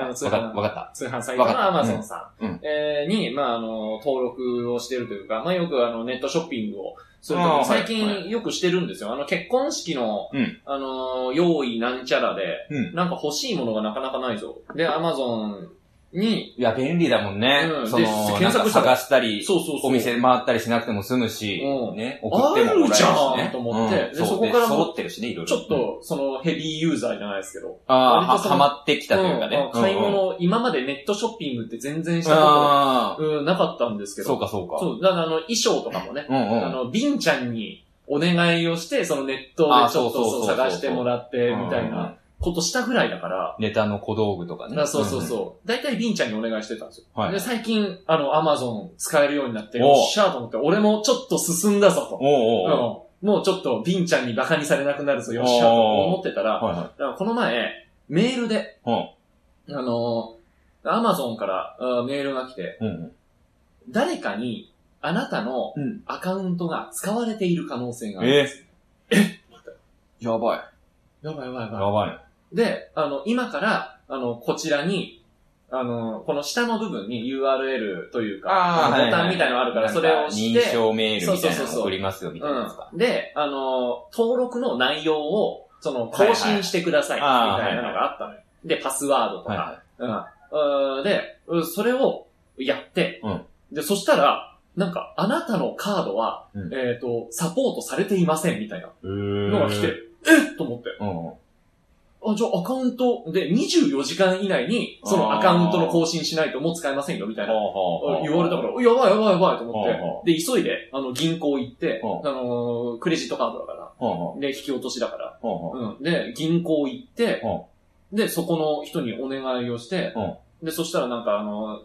Speaker 2: あの、通
Speaker 1: わかった。
Speaker 2: 販、
Speaker 1: わか
Speaker 2: 通販サイト
Speaker 1: わ
Speaker 2: のア
Speaker 1: か
Speaker 2: マ
Speaker 1: った
Speaker 2: ゾンさん、
Speaker 1: うんうん
Speaker 2: えーに、まあ、あの、登録をしてるというか、まあ、よくあの、ネットショッピングをするとき
Speaker 1: あーは
Speaker 2: に
Speaker 1: い
Speaker 2: 最近よくしてるんですよ。あの、結婚式の、
Speaker 1: うん
Speaker 2: あの、用意なんちゃらで、
Speaker 1: うん
Speaker 2: なんか欲しいものがなかなかないぞ。で、アマゾンに、
Speaker 1: いや、便利だもんね。
Speaker 2: うん
Speaker 1: そ
Speaker 2: で
Speaker 1: の、
Speaker 2: 検索したら
Speaker 1: なんか探したり、
Speaker 2: そうそうそ
Speaker 1: お
Speaker 2: う。
Speaker 1: 店回ったりしなくても済むし、
Speaker 2: うん
Speaker 1: ね、送ってももらえるし、ね。
Speaker 2: あるじゃんと思って
Speaker 1: うん
Speaker 2: で
Speaker 1: そう
Speaker 2: そこから
Speaker 1: で
Speaker 2: も
Speaker 1: 揃ってるしね、いろいろ。
Speaker 2: ちょっと、その、ヘビーユーザーじゃないですけど。
Speaker 1: ああ、は
Speaker 2: 割とその
Speaker 1: はまってきたというかね。
Speaker 2: ん買い
Speaker 1: うんうん
Speaker 2: 物、今までネットショッピングって全然したこ
Speaker 1: ああ、
Speaker 2: と、うん、なかったんですけど。
Speaker 1: そうかそうか。
Speaker 2: そう、だからあの、衣装とかもね、
Speaker 1: うんう
Speaker 2: あ
Speaker 1: ん。
Speaker 2: の、ビンちゃんにお願いをして、そのネット
Speaker 1: あ
Speaker 2: でちょ
Speaker 1: そ
Speaker 2: っ
Speaker 1: う
Speaker 2: と
Speaker 1: そう
Speaker 2: そ
Speaker 1: そう
Speaker 2: う
Speaker 1: そう
Speaker 2: 探してもらって、みたい
Speaker 1: うんう
Speaker 2: なことしたぐらいだから、
Speaker 1: ネタの小道具とか
Speaker 2: だ
Speaker 1: ね。
Speaker 2: からそうそう
Speaker 1: うん
Speaker 2: そう。大体ビンちゃんにお願いしてたんですよ。
Speaker 1: うん。は
Speaker 2: で、
Speaker 1: い。
Speaker 2: 最近、あの、アマゾン使えるようになって、
Speaker 1: おう
Speaker 2: よっしゃーと思って、俺もちょっと進んだぞと。
Speaker 1: おう
Speaker 2: う
Speaker 1: お
Speaker 2: ん
Speaker 1: うおう
Speaker 2: もうちょっとビンちゃんにバカにされなくなるぞ、よっしゃーと思ってたら、
Speaker 1: はいは
Speaker 2: だからこの前、メールで、
Speaker 1: うん
Speaker 2: あのー、アマゾンからあーメールが来て、
Speaker 1: い。うんうん。
Speaker 2: 誰かにあなたの
Speaker 1: うん
Speaker 2: アカウントが使われている可能性があるん
Speaker 1: え
Speaker 2: で
Speaker 1: え
Speaker 2: す。
Speaker 1: やばい。
Speaker 2: やばいやばいやば
Speaker 1: やばいね。
Speaker 2: い。で、あの、今から、あの、こちらに、あの、この下の部分に URL というか、
Speaker 1: あー
Speaker 2: のボ
Speaker 1: はいはい
Speaker 2: タ
Speaker 1: は
Speaker 2: ン
Speaker 1: い
Speaker 2: みたいのがあるから、それを押して、
Speaker 1: 認証メールみたいな
Speaker 2: そうそうそうそ
Speaker 1: の
Speaker 2: う
Speaker 1: 送りますよ、みたいなやつか。
Speaker 2: うん。で、あの、登録の内容を、その、更新してください、み
Speaker 1: はいはい
Speaker 2: たいなのがあったのよ。で、パスワードと
Speaker 1: はい
Speaker 2: か、
Speaker 1: は
Speaker 2: うん。で、うんそれをやって、
Speaker 1: うん
Speaker 2: で、そしたら、なんか、あなたのカードは、
Speaker 1: うん。
Speaker 2: えっ、と、サポートされていません、みたいない
Speaker 1: う
Speaker 2: のが来て、えっと思って。
Speaker 1: うんうん。
Speaker 2: あ、じゃあアカウントで24時間以内に、そのアカウントの更新しないともう使えませんよ、みたいな。
Speaker 1: ほうほうほう
Speaker 2: 言われたから、やばいやばいやばいと思
Speaker 1: ほうほ
Speaker 2: って。で、急いで、あの、銀行行って、
Speaker 1: ほ
Speaker 2: あのークレジットカードだから、
Speaker 1: ほうほ
Speaker 2: で、引き落としだから、
Speaker 1: うほうほう
Speaker 2: うん。で、銀行行って
Speaker 1: うん、
Speaker 2: で、そこの人にお願いをして、で、そしたらなんかあの、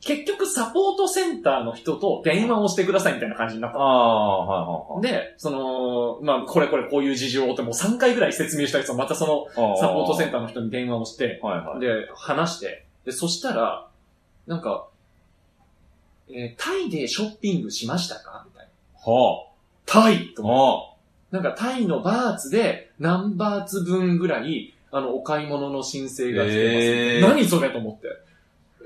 Speaker 2: 結局サポートセンターの人と電話をしてくださいみたいな感じになった
Speaker 1: あ。あ、はいは
Speaker 2: で、その、まあ、これこれこういう事情ってもう3回ぐらい説明したやつをまたその
Speaker 1: いはい。
Speaker 2: サポートセン
Speaker 1: タ
Speaker 2: ターの人に電話をして、
Speaker 1: ー。はいはい。
Speaker 2: で、話して、で、そしたら、なんか、えータイでショッピングしましたかみたいな。
Speaker 1: は
Speaker 2: タイ
Speaker 1: あ。
Speaker 2: と思って
Speaker 1: は
Speaker 2: なんかタイのバーツで何バーツ分ぐらい、あの、お買い物の申請が来てます。
Speaker 1: えー
Speaker 2: 何それと思って。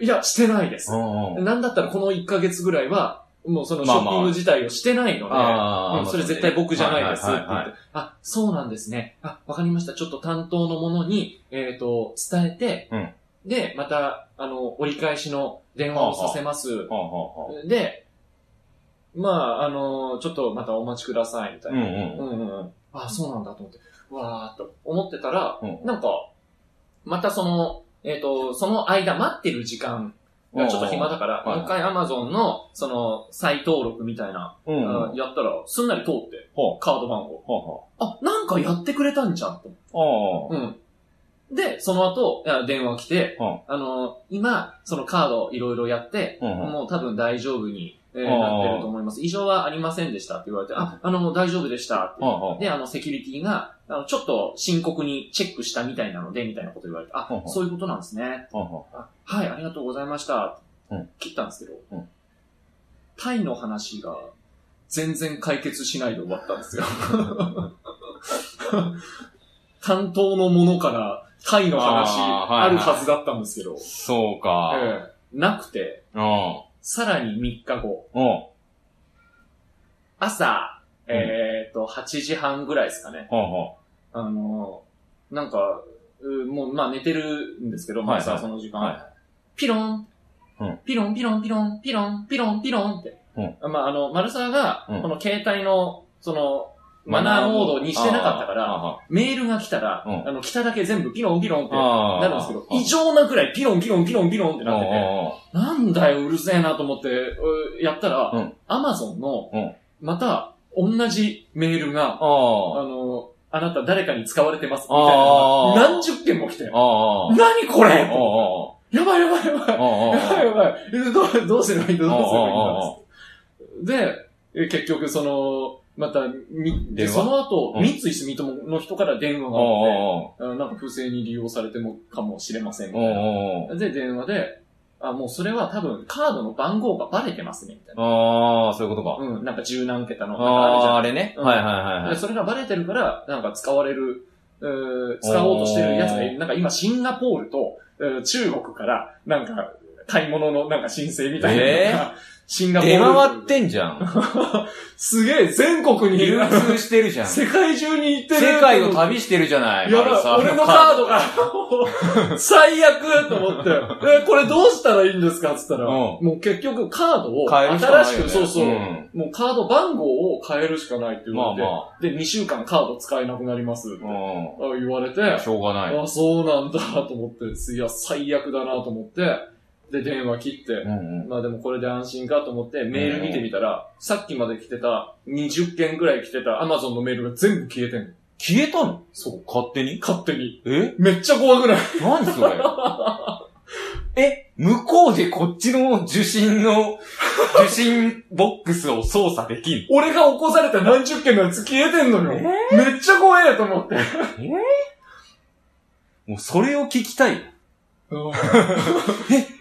Speaker 2: いや、してないです
Speaker 1: あ。。うんうん。
Speaker 2: なんだったらこの1ヶ月ぐらいは、もうそのシ
Speaker 1: まあ
Speaker 2: ョ
Speaker 1: ま
Speaker 2: ッ
Speaker 1: あ
Speaker 2: ピング自体をしてないので、
Speaker 1: あ
Speaker 2: う
Speaker 1: あ
Speaker 2: ん、それ絶対僕じゃないですっ
Speaker 1: は
Speaker 2: て言
Speaker 1: い
Speaker 2: って、
Speaker 1: はいはいはい
Speaker 2: あ、そうなんですね。あ、わかりました。ちょっと担当の者に、えっ、と、伝えて、
Speaker 1: うん
Speaker 2: で、また、あの、折り返しの電話をさせます。
Speaker 1: はあはあはあ
Speaker 2: で、まあ、あの、ちょっとまたお待ちください、みたいな
Speaker 1: う。んうん。
Speaker 2: うんうんうん。あそうなんだと思って、うわーっと思ってたら、
Speaker 1: うん
Speaker 2: なんか、またその、えっ、と、その間待ってる時間がちょっと暇だから、
Speaker 1: うんうん
Speaker 2: もう一回 Amazon の、その、再登録みたいな、
Speaker 1: うんうん。は
Speaker 2: やったら、すんなり通って、
Speaker 1: ほ
Speaker 2: カード番号。
Speaker 1: あは
Speaker 2: あ、なんかやってくれたんじゃん、と思って
Speaker 1: あ。ああ。
Speaker 2: うん。で、その後、いや電話来て、
Speaker 1: うん
Speaker 2: あの、今、そのカードいろいろやって、
Speaker 1: うんうん。
Speaker 2: もう多分大丈夫に、えー
Speaker 1: あー
Speaker 2: なってると思います。異常はありませんでしたって言われて、あ、あの、もう大丈夫でしたって
Speaker 1: はあはあ。
Speaker 2: で、あの、セキュリティが、あの、ちょっと深刻にチェックしたみたいなので、みたいなこと言われて、あ
Speaker 1: ほう、ほう
Speaker 2: そういうことなんですね。
Speaker 1: はあは
Speaker 2: あはい、ありがとうございました。
Speaker 1: うん
Speaker 2: 切ったんですけど、
Speaker 1: うん
Speaker 2: タイの話が全然解決しないで終わったんですよ。 担当のものからタイの話
Speaker 1: あーはいはい
Speaker 2: あるはずだったんですけど
Speaker 1: あ。、そうか。
Speaker 2: ええなくて、
Speaker 1: うん。う
Speaker 2: さらに3日後、
Speaker 1: ん。
Speaker 2: 朝、
Speaker 1: うん
Speaker 2: えっ、と、8時半ぐらいですかね。
Speaker 1: はあは
Speaker 2: あの、なんか、うもう、まあ寝てるんですけど、
Speaker 1: はいは
Speaker 2: 毎
Speaker 1: い
Speaker 2: 朝その時間。
Speaker 1: はい
Speaker 2: ピロン、
Speaker 1: うん
Speaker 2: ピロンピロンピロン、ピロン、ピロン、ピロンって。まああの、マルサーが、
Speaker 1: うん
Speaker 2: この携帯の、その、マナーモードにしてなかったか
Speaker 1: あ
Speaker 2: ら、
Speaker 1: あ
Speaker 2: メールが来たら、
Speaker 1: うん
Speaker 2: あの、来ただけ全部ピロンピロンって
Speaker 1: ああ。
Speaker 2: なるんですけど、異
Speaker 1: 以上
Speaker 2: 常なくらいピロンピロンピロンピロンってなってて、
Speaker 1: て
Speaker 2: なんだよ、うるせえなと思って、うやったら、
Speaker 1: うん
Speaker 2: アマゾンの、
Speaker 1: うん
Speaker 2: また、同じメール
Speaker 1: ああ。
Speaker 2: が、あの、あなた誰かに使われてますみたいな
Speaker 1: あ
Speaker 2: の
Speaker 1: ー
Speaker 2: が何十件も来て
Speaker 1: あ、あ。
Speaker 2: 何こ
Speaker 1: あ
Speaker 2: れ
Speaker 1: あ。
Speaker 2: やばいやばいやばい
Speaker 1: ああ。あ
Speaker 2: やばいやばいえどうどうすればいいんだどうすればいいんだで、え結局その、また、み
Speaker 1: 電
Speaker 2: で
Speaker 1: 話
Speaker 2: その後、
Speaker 1: うん
Speaker 2: 三井住友の人から電話があって、あなんか不正に利用されてもかもしれませんみたいな。で、電話で、あ、もうそれは多分カードの番号がバレてますね、みたいな。
Speaker 1: ああ、そういうことか。
Speaker 2: うん、なんか十何桁の、なんかあるじゃん
Speaker 1: ああ、あれね。はいはいは
Speaker 2: で
Speaker 1: い。
Speaker 2: それがバレてるから、なんか使われる、えー使おうとしてるやつがいる、なんか今シンガポールと、えー中国から、なんか、買い物のなんか申請みたい
Speaker 1: え
Speaker 2: な
Speaker 1: ー
Speaker 2: のが、シンガポー
Speaker 1: 出
Speaker 2: ル。
Speaker 1: 回ってんじゃん。
Speaker 2: すげえ、全国にい
Speaker 1: 流
Speaker 2: る。
Speaker 1: 通してるじゃん。世
Speaker 2: 世界中に行ってる。
Speaker 1: 界を旅してるじゃない。
Speaker 2: や
Speaker 1: マルサ
Speaker 2: ば
Speaker 1: ー
Speaker 2: い、俺のカード が、最悪と思って、え、これどうしたらいいんですかっつったら、
Speaker 1: うん
Speaker 2: もう結局カードを、
Speaker 1: 買えるしかない
Speaker 2: 新
Speaker 1: よね
Speaker 2: しく、そうそう、
Speaker 1: うん
Speaker 2: もうカード番号を変えるしかないって言
Speaker 1: まあ
Speaker 2: われて、
Speaker 1: ま
Speaker 2: で、2週間カード使えなくなりますって、あ
Speaker 1: あ。
Speaker 2: 言われて、
Speaker 1: うん。しょうがない。
Speaker 2: あ、そうなんだと思って、いや、最悪だなと思って、で、電話切って、
Speaker 1: うんうん。
Speaker 2: まあでもこれで安心かと思って、メール見てみたら、さっきまで来てた、20件ぐらい来てた Amazon のメールが全部消えてんの。
Speaker 1: 消えたの
Speaker 2: そう。
Speaker 1: 勝手に
Speaker 2: 勝手に。
Speaker 1: え
Speaker 2: めっちゃ怖くない
Speaker 1: 何そ れえ向こうでこっちの受信 の、受信ボックスを操作できん
Speaker 2: 俺が起こされた何十件のやつ消えてんのよ。めっちゃ怖えと思って。
Speaker 1: もうそれを聞きたい。え、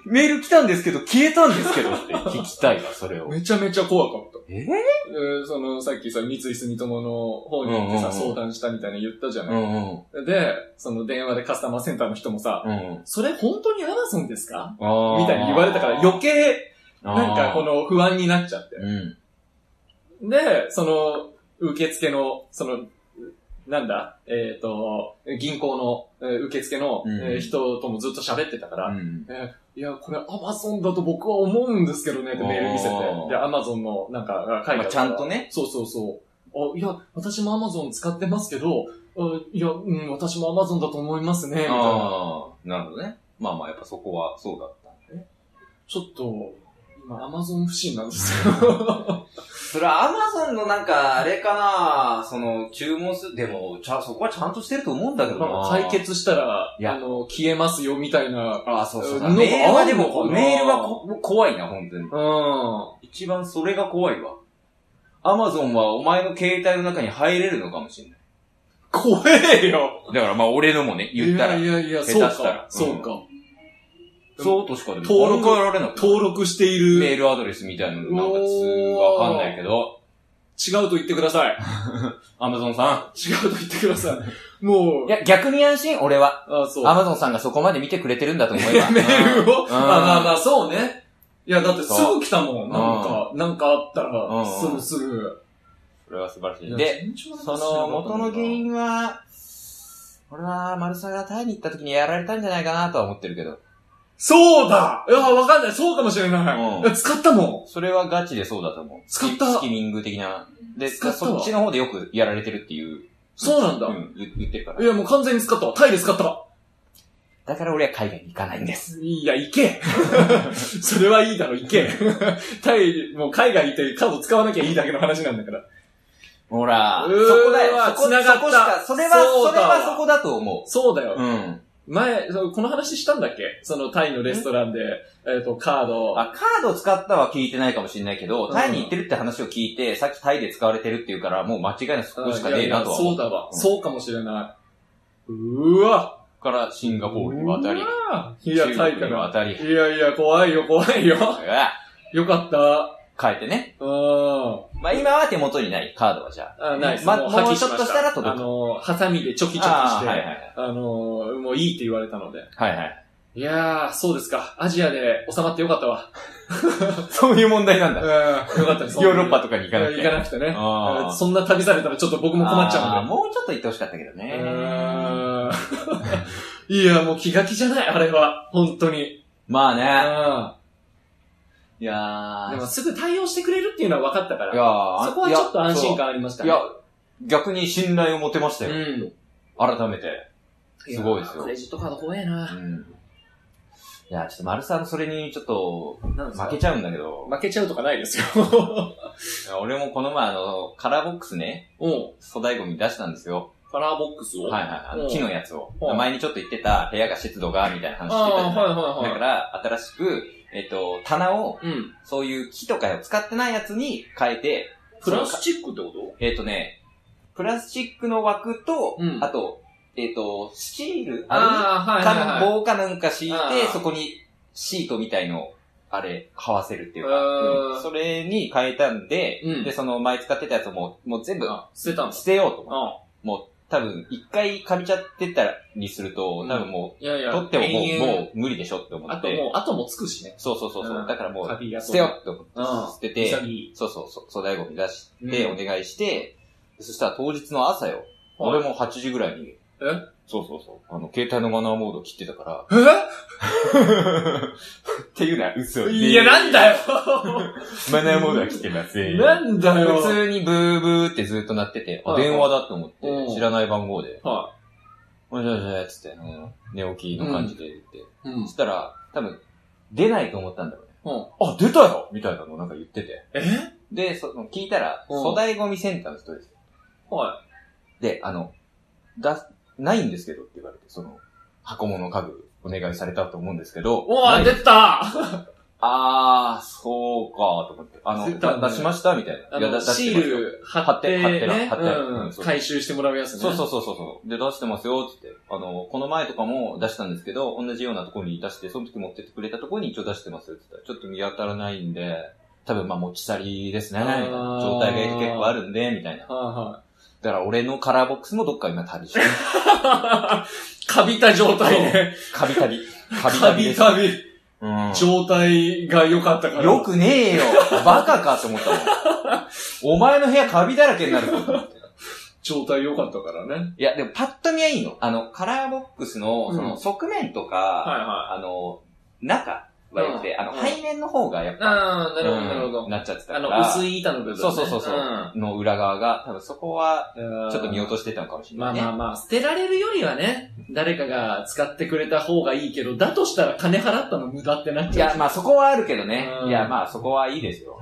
Speaker 1: メール来たんですけど、消えたんですけど って聞きたいわ、それを。
Speaker 2: めちゃめちゃ怖かった。
Speaker 1: え
Speaker 2: えーその、さっきさ、三井住友の方に行ってさ、
Speaker 1: うんうんうん
Speaker 2: 相談したみたいに言ったじゃ
Speaker 1: う
Speaker 2: ない、
Speaker 1: んうん。
Speaker 2: で、その電話でカスタマーセンターの人もさ、
Speaker 1: うん。
Speaker 2: それ本当に Amazon ですか
Speaker 1: あ
Speaker 2: みたいに言われたから余計、なんかこ
Speaker 1: の、
Speaker 2: の不安になっちゃって。
Speaker 1: うん。
Speaker 2: で、その、受付の、その、なんだ、えっ、と、銀行のえー受付の、
Speaker 1: うん
Speaker 2: えー人ともずっと喋ってたから、
Speaker 1: うん。
Speaker 2: いや、これ Amazon だと僕は思うんですけどねってメール見せて、で、
Speaker 1: あー
Speaker 2: Amazon のなんかが書いてあ
Speaker 1: まあ
Speaker 2: る
Speaker 1: ちゃんとね。
Speaker 2: そうそうそう。あ、いや、私も Amazon 使ってますけど、あいや、うん、私も Amazon だと思いますね、みたいな。
Speaker 1: あ あ、なるほどね。まあまあ、やっぱそこはそうだった。
Speaker 2: ちょっと、今 Amazon 不信なんですよ。
Speaker 1: それはアマゾンのなんか、あれかなその、注文す、でも、ちゃ、そこはちゃんとしてると思うんだけど
Speaker 2: ま
Speaker 1: な
Speaker 2: あ解決したら、
Speaker 1: いや
Speaker 2: あの、消えますよ、みたいな。
Speaker 1: ああ、そうそう。
Speaker 2: うん
Speaker 1: メールはで
Speaker 2: なんかあん
Speaker 1: も、
Speaker 2: のかな
Speaker 1: メールはこ怖いな、本当に。
Speaker 2: うん。
Speaker 1: 一番それが怖いわ。アマゾンはお前の携帯の中に入れるのかもしれない。
Speaker 2: 怖えよ
Speaker 1: だからまあ俺のもね、言ったら
Speaker 2: い。やいやいや、
Speaker 1: 下
Speaker 2: そ
Speaker 1: 手
Speaker 2: うか
Speaker 1: したら。
Speaker 2: そうか。
Speaker 1: そうとしかでも
Speaker 2: 登録
Speaker 1: 考えられない。
Speaker 2: 登録している。
Speaker 1: メールアドレスみたいなのなんかつわかんないけど、
Speaker 2: 違うと言ってく ださい。
Speaker 1: アマゾンさ
Speaker 2: 違うと言ってください。も
Speaker 1: ん。
Speaker 2: う
Speaker 1: い、や、逆に安心、俺は。
Speaker 2: あ、そう。
Speaker 1: アマゾンさんがそこまで見てくれてるんだと思えば。
Speaker 2: メールを、
Speaker 1: うん
Speaker 2: あ、まあまあ、そうね。いや、だってすぐ来たもん。なんか、なんかあった
Speaker 1: う
Speaker 2: ら、
Speaker 1: ん
Speaker 2: すぐすぐ。
Speaker 1: それは素晴らし
Speaker 2: いや
Speaker 1: い。で、、
Speaker 2: 順調な
Speaker 1: そ
Speaker 2: 話
Speaker 1: の
Speaker 2: だった
Speaker 1: 元
Speaker 2: んだ
Speaker 1: の原因は、俺は、マルサがタイに行った時にやられたんじゃないかなとは思ってるけど。
Speaker 2: そうだいや、わかんない。そうかもしれない。
Speaker 1: うん
Speaker 2: いや使ったも
Speaker 1: それはガチでそうだと思う。
Speaker 2: 使った
Speaker 1: スキミング的な。で、
Speaker 2: 使った
Speaker 1: そ
Speaker 2: わ
Speaker 1: っちの方でよくやられてるっていう。
Speaker 2: ん。そうなん
Speaker 1: う
Speaker 2: だ。
Speaker 1: ん、言言ってるから
Speaker 2: い。や、もう完全に使ったわ。タイで使ったわ。
Speaker 1: だから俺は海外に行かないんです。
Speaker 2: いや、行けそれはいいだろ、行けタイ、もう海外行ってカード使わなきゃいいだけの話なんだから。
Speaker 1: ほら、
Speaker 2: う
Speaker 1: そ
Speaker 2: ーわ
Speaker 1: こだよ。そこ、
Speaker 2: 繋がった
Speaker 1: そこしか、それは、
Speaker 2: そ
Speaker 1: そうれ
Speaker 2: だわ
Speaker 1: はそこだと思
Speaker 2: そうだよ。
Speaker 1: う。うん。
Speaker 2: 前、そのこの話したんだっけそのタイのレストランで、えっ、と、カード。
Speaker 1: あ、カード使ったは聞いてないかもしれないけど、
Speaker 2: うん
Speaker 1: タイに行ってるって話を聞いて、さっきタイで使われてるって言うから、もう間違いなくそこしかねえなとは思。
Speaker 2: そうう
Speaker 1: だ
Speaker 2: だわ、
Speaker 1: うん
Speaker 2: そうかもしれないうーわ
Speaker 1: から、シンガポールに渡り
Speaker 2: う、わいや、タ
Speaker 1: 中
Speaker 2: イか
Speaker 1: 国に
Speaker 2: ら。
Speaker 1: 渡り、
Speaker 2: いやいや、怖いよ、怖いよ。よかった。
Speaker 1: 帰ってね。
Speaker 2: うーん。
Speaker 1: まあ今は手元にないカードはじゃあ。
Speaker 2: あ、ナイス。
Speaker 1: ま
Speaker 2: も
Speaker 1: も
Speaker 2: う
Speaker 1: う
Speaker 2: 破棄しま
Speaker 1: ちょっとしたら届く
Speaker 2: あの、ハサミでチョキチョキして、
Speaker 1: あ
Speaker 2: あ,、
Speaker 1: ーはいはい
Speaker 2: の、もういいって言われたので。
Speaker 1: はい。はいはい。
Speaker 2: いやー、そうですか。アジアで収まってよかったわ。
Speaker 1: そういう問題なん
Speaker 2: う
Speaker 1: だ。
Speaker 2: ん、
Speaker 1: ヨ
Speaker 2: よかったです。
Speaker 1: ーロッパとかに行かなくて。
Speaker 2: 行かなくてね。
Speaker 1: あー
Speaker 2: うんそんな旅されたらちょっと僕も困っちゃ
Speaker 1: あ
Speaker 2: う
Speaker 1: ー
Speaker 2: ん
Speaker 1: もうちょっと行ってほしかったけど
Speaker 2: で。う
Speaker 1: ね。
Speaker 2: ーんいや、もう気が気じゃない、あれは。本当に。
Speaker 1: まあ
Speaker 2: う
Speaker 1: ね。
Speaker 2: ん。
Speaker 1: いやー
Speaker 2: でもすぐ対応してくれるっていうのは分かったか
Speaker 1: いや
Speaker 2: ら。
Speaker 1: ー
Speaker 2: そこはちょっと安心感ありました
Speaker 1: い
Speaker 2: ね。
Speaker 1: や、逆に信頼を持てました
Speaker 2: う
Speaker 1: よ。
Speaker 2: ん。
Speaker 1: 改めて。すごいですよ
Speaker 2: やークレジットカード怖えな。
Speaker 1: いや、ちょっと丸さんそれにちょっと
Speaker 2: なんですか
Speaker 1: 負けちゃうんだけど、
Speaker 2: 負けちゃうとかないですよ。
Speaker 1: いや 俺もこの前あの、カラーボックスね、
Speaker 2: うん。
Speaker 1: 粗大ゴミ出したんですよ。
Speaker 2: カラーボックスを
Speaker 1: はい
Speaker 2: い。
Speaker 1: はいはいあの。
Speaker 2: うん
Speaker 1: 木のやつを。
Speaker 2: うん
Speaker 1: 前にちょっと言ってた部屋が湿度が、みたいな話
Speaker 2: あ
Speaker 1: してたじゃ
Speaker 2: あ、
Speaker 1: ない
Speaker 2: はいはい
Speaker 1: だか
Speaker 2: は
Speaker 1: ら、新しく、えっと、棚を、
Speaker 2: い。うん。
Speaker 1: そういう木とかを使ってないやつに変えて、
Speaker 2: プラスチックってこと
Speaker 1: えっ、とね、プラスチックの枠と、
Speaker 2: うん
Speaker 1: あと、えっ、と、スチールあ
Speaker 2: ああ、
Speaker 1: れ
Speaker 2: はいはいはい
Speaker 1: か。棒かなんか敷い
Speaker 2: あ
Speaker 1: て、
Speaker 2: ー
Speaker 1: そこにシートみたいの、あれ、はわせるっていう
Speaker 2: う
Speaker 1: か、
Speaker 2: ん
Speaker 1: うんそれに変えたんで、
Speaker 2: うん
Speaker 1: で、その前使ってたやつをもう、もう全部
Speaker 2: あ、捨てたんです。
Speaker 1: 捨てようと思って
Speaker 2: あ
Speaker 1: もう多分、一回借りちゃってたりすると、多分も、
Speaker 2: いやいうや、
Speaker 1: 取ってもも
Speaker 2: 永
Speaker 1: う、
Speaker 2: 遠
Speaker 1: もう無理でしょって思
Speaker 2: あ
Speaker 1: っ
Speaker 2: と
Speaker 1: て。
Speaker 2: もう、あともつくしね。
Speaker 1: そうそうそう。
Speaker 2: う
Speaker 1: そうんだからもう、
Speaker 2: 鍵や
Speaker 1: 捨てよって思
Speaker 2: うん
Speaker 1: って捨て
Speaker 2: 潔
Speaker 1: て、
Speaker 2: い。
Speaker 1: そうそうそう、粗大ゴミ出し
Speaker 2: で
Speaker 1: て、お願いして、そしたら当日の朝よ、俺も8時ぐらいに、
Speaker 2: え
Speaker 1: そうそうそう、あの、携帯のマナーモード切ってたから、
Speaker 2: え
Speaker 1: っていうのは嘘で。
Speaker 2: いや、なんだよ
Speaker 1: マナーモードは切ってません。
Speaker 2: なんだよ
Speaker 1: 普通にブーブーってずっと鳴ってて、あ、
Speaker 2: はい
Speaker 1: 電話だと思っ
Speaker 2: う
Speaker 1: て、
Speaker 2: ん
Speaker 1: 知らない番号で、
Speaker 2: は
Speaker 1: おじゃおじゃつって、うん寝起きの感じで言って、
Speaker 2: い。うん
Speaker 1: そしたら、多分、出ないと思ったんだろうね。
Speaker 2: うん
Speaker 1: あ、出たよみたいなのなんか言ってて。
Speaker 2: え
Speaker 1: で、その、聞いたら、
Speaker 2: うん
Speaker 1: 粗大ゴミセンターの人です。
Speaker 2: は
Speaker 1: で、あの、出す、ないんですけどって言われて、その、箱物家具お願いされたと思うんですけど
Speaker 2: い。、おわ、
Speaker 1: ない
Speaker 2: 出た
Speaker 1: あー、そうかと思って、あの、
Speaker 2: 出たね
Speaker 1: だ出しましたみたいな。
Speaker 2: あ
Speaker 1: いやだ
Speaker 2: の、
Speaker 1: 出してます
Speaker 2: シ
Speaker 1: よ
Speaker 2: ール貼って、
Speaker 1: 貼って
Speaker 2: ね
Speaker 1: 貼ってる
Speaker 2: う
Speaker 1: うんんそう
Speaker 2: 回収してもらうやつね。
Speaker 1: そうそうそうそうそう。で、出してますよ、つって。あの、この前とかも出したんですけど、同じようなところに出して、その時持ってってくれたところに一応出してますよ、つって。ちょっと見当たらないんで、多分まあ持ち去りですね、みたいな
Speaker 2: あー
Speaker 1: 状態が結構あるんで、みたいな。
Speaker 2: は
Speaker 1: だから俺のカラーボックスもどっか今旅してる。
Speaker 2: いはい。かびた状態ね。
Speaker 1: カビ旅。カビ
Speaker 2: か
Speaker 1: 旅で
Speaker 2: び
Speaker 1: す。
Speaker 2: たび
Speaker 1: うん。
Speaker 2: 状態が良かったから。
Speaker 1: よくねえよ。バカかと思ったもん。お前の部屋カビだらけになるぞ。
Speaker 2: 状態良かったからね。
Speaker 1: いや、でもパッと見はいいの。あの、カラーボックスの、そ
Speaker 2: うん
Speaker 1: の、側面とか、
Speaker 2: は
Speaker 1: あの、中は良くて、
Speaker 2: うん
Speaker 1: あの、
Speaker 2: うん
Speaker 1: 背面の方がやっ
Speaker 2: いはい。
Speaker 1: ぱ、
Speaker 2: ああ、なるほど、なるほ
Speaker 1: う
Speaker 2: ど
Speaker 1: ん。なっちゃってた
Speaker 2: あ
Speaker 1: から、
Speaker 2: の、薄い板の部分ね。
Speaker 1: そうそうそうそうんの裏側が、多分そこは、ちょっと見落
Speaker 2: し
Speaker 1: としてたのかもしれ
Speaker 2: ま
Speaker 1: な
Speaker 2: あ
Speaker 1: いね。
Speaker 2: まあまあ、捨てられるよりはね、誰かが使ってくれた方がいいけど、だとしたら金払ったの無駄ってなっ
Speaker 1: い
Speaker 2: ちゃう。
Speaker 1: や、まあそこはあるけどね
Speaker 2: う。ん
Speaker 1: いや、まあそこはいいですよ。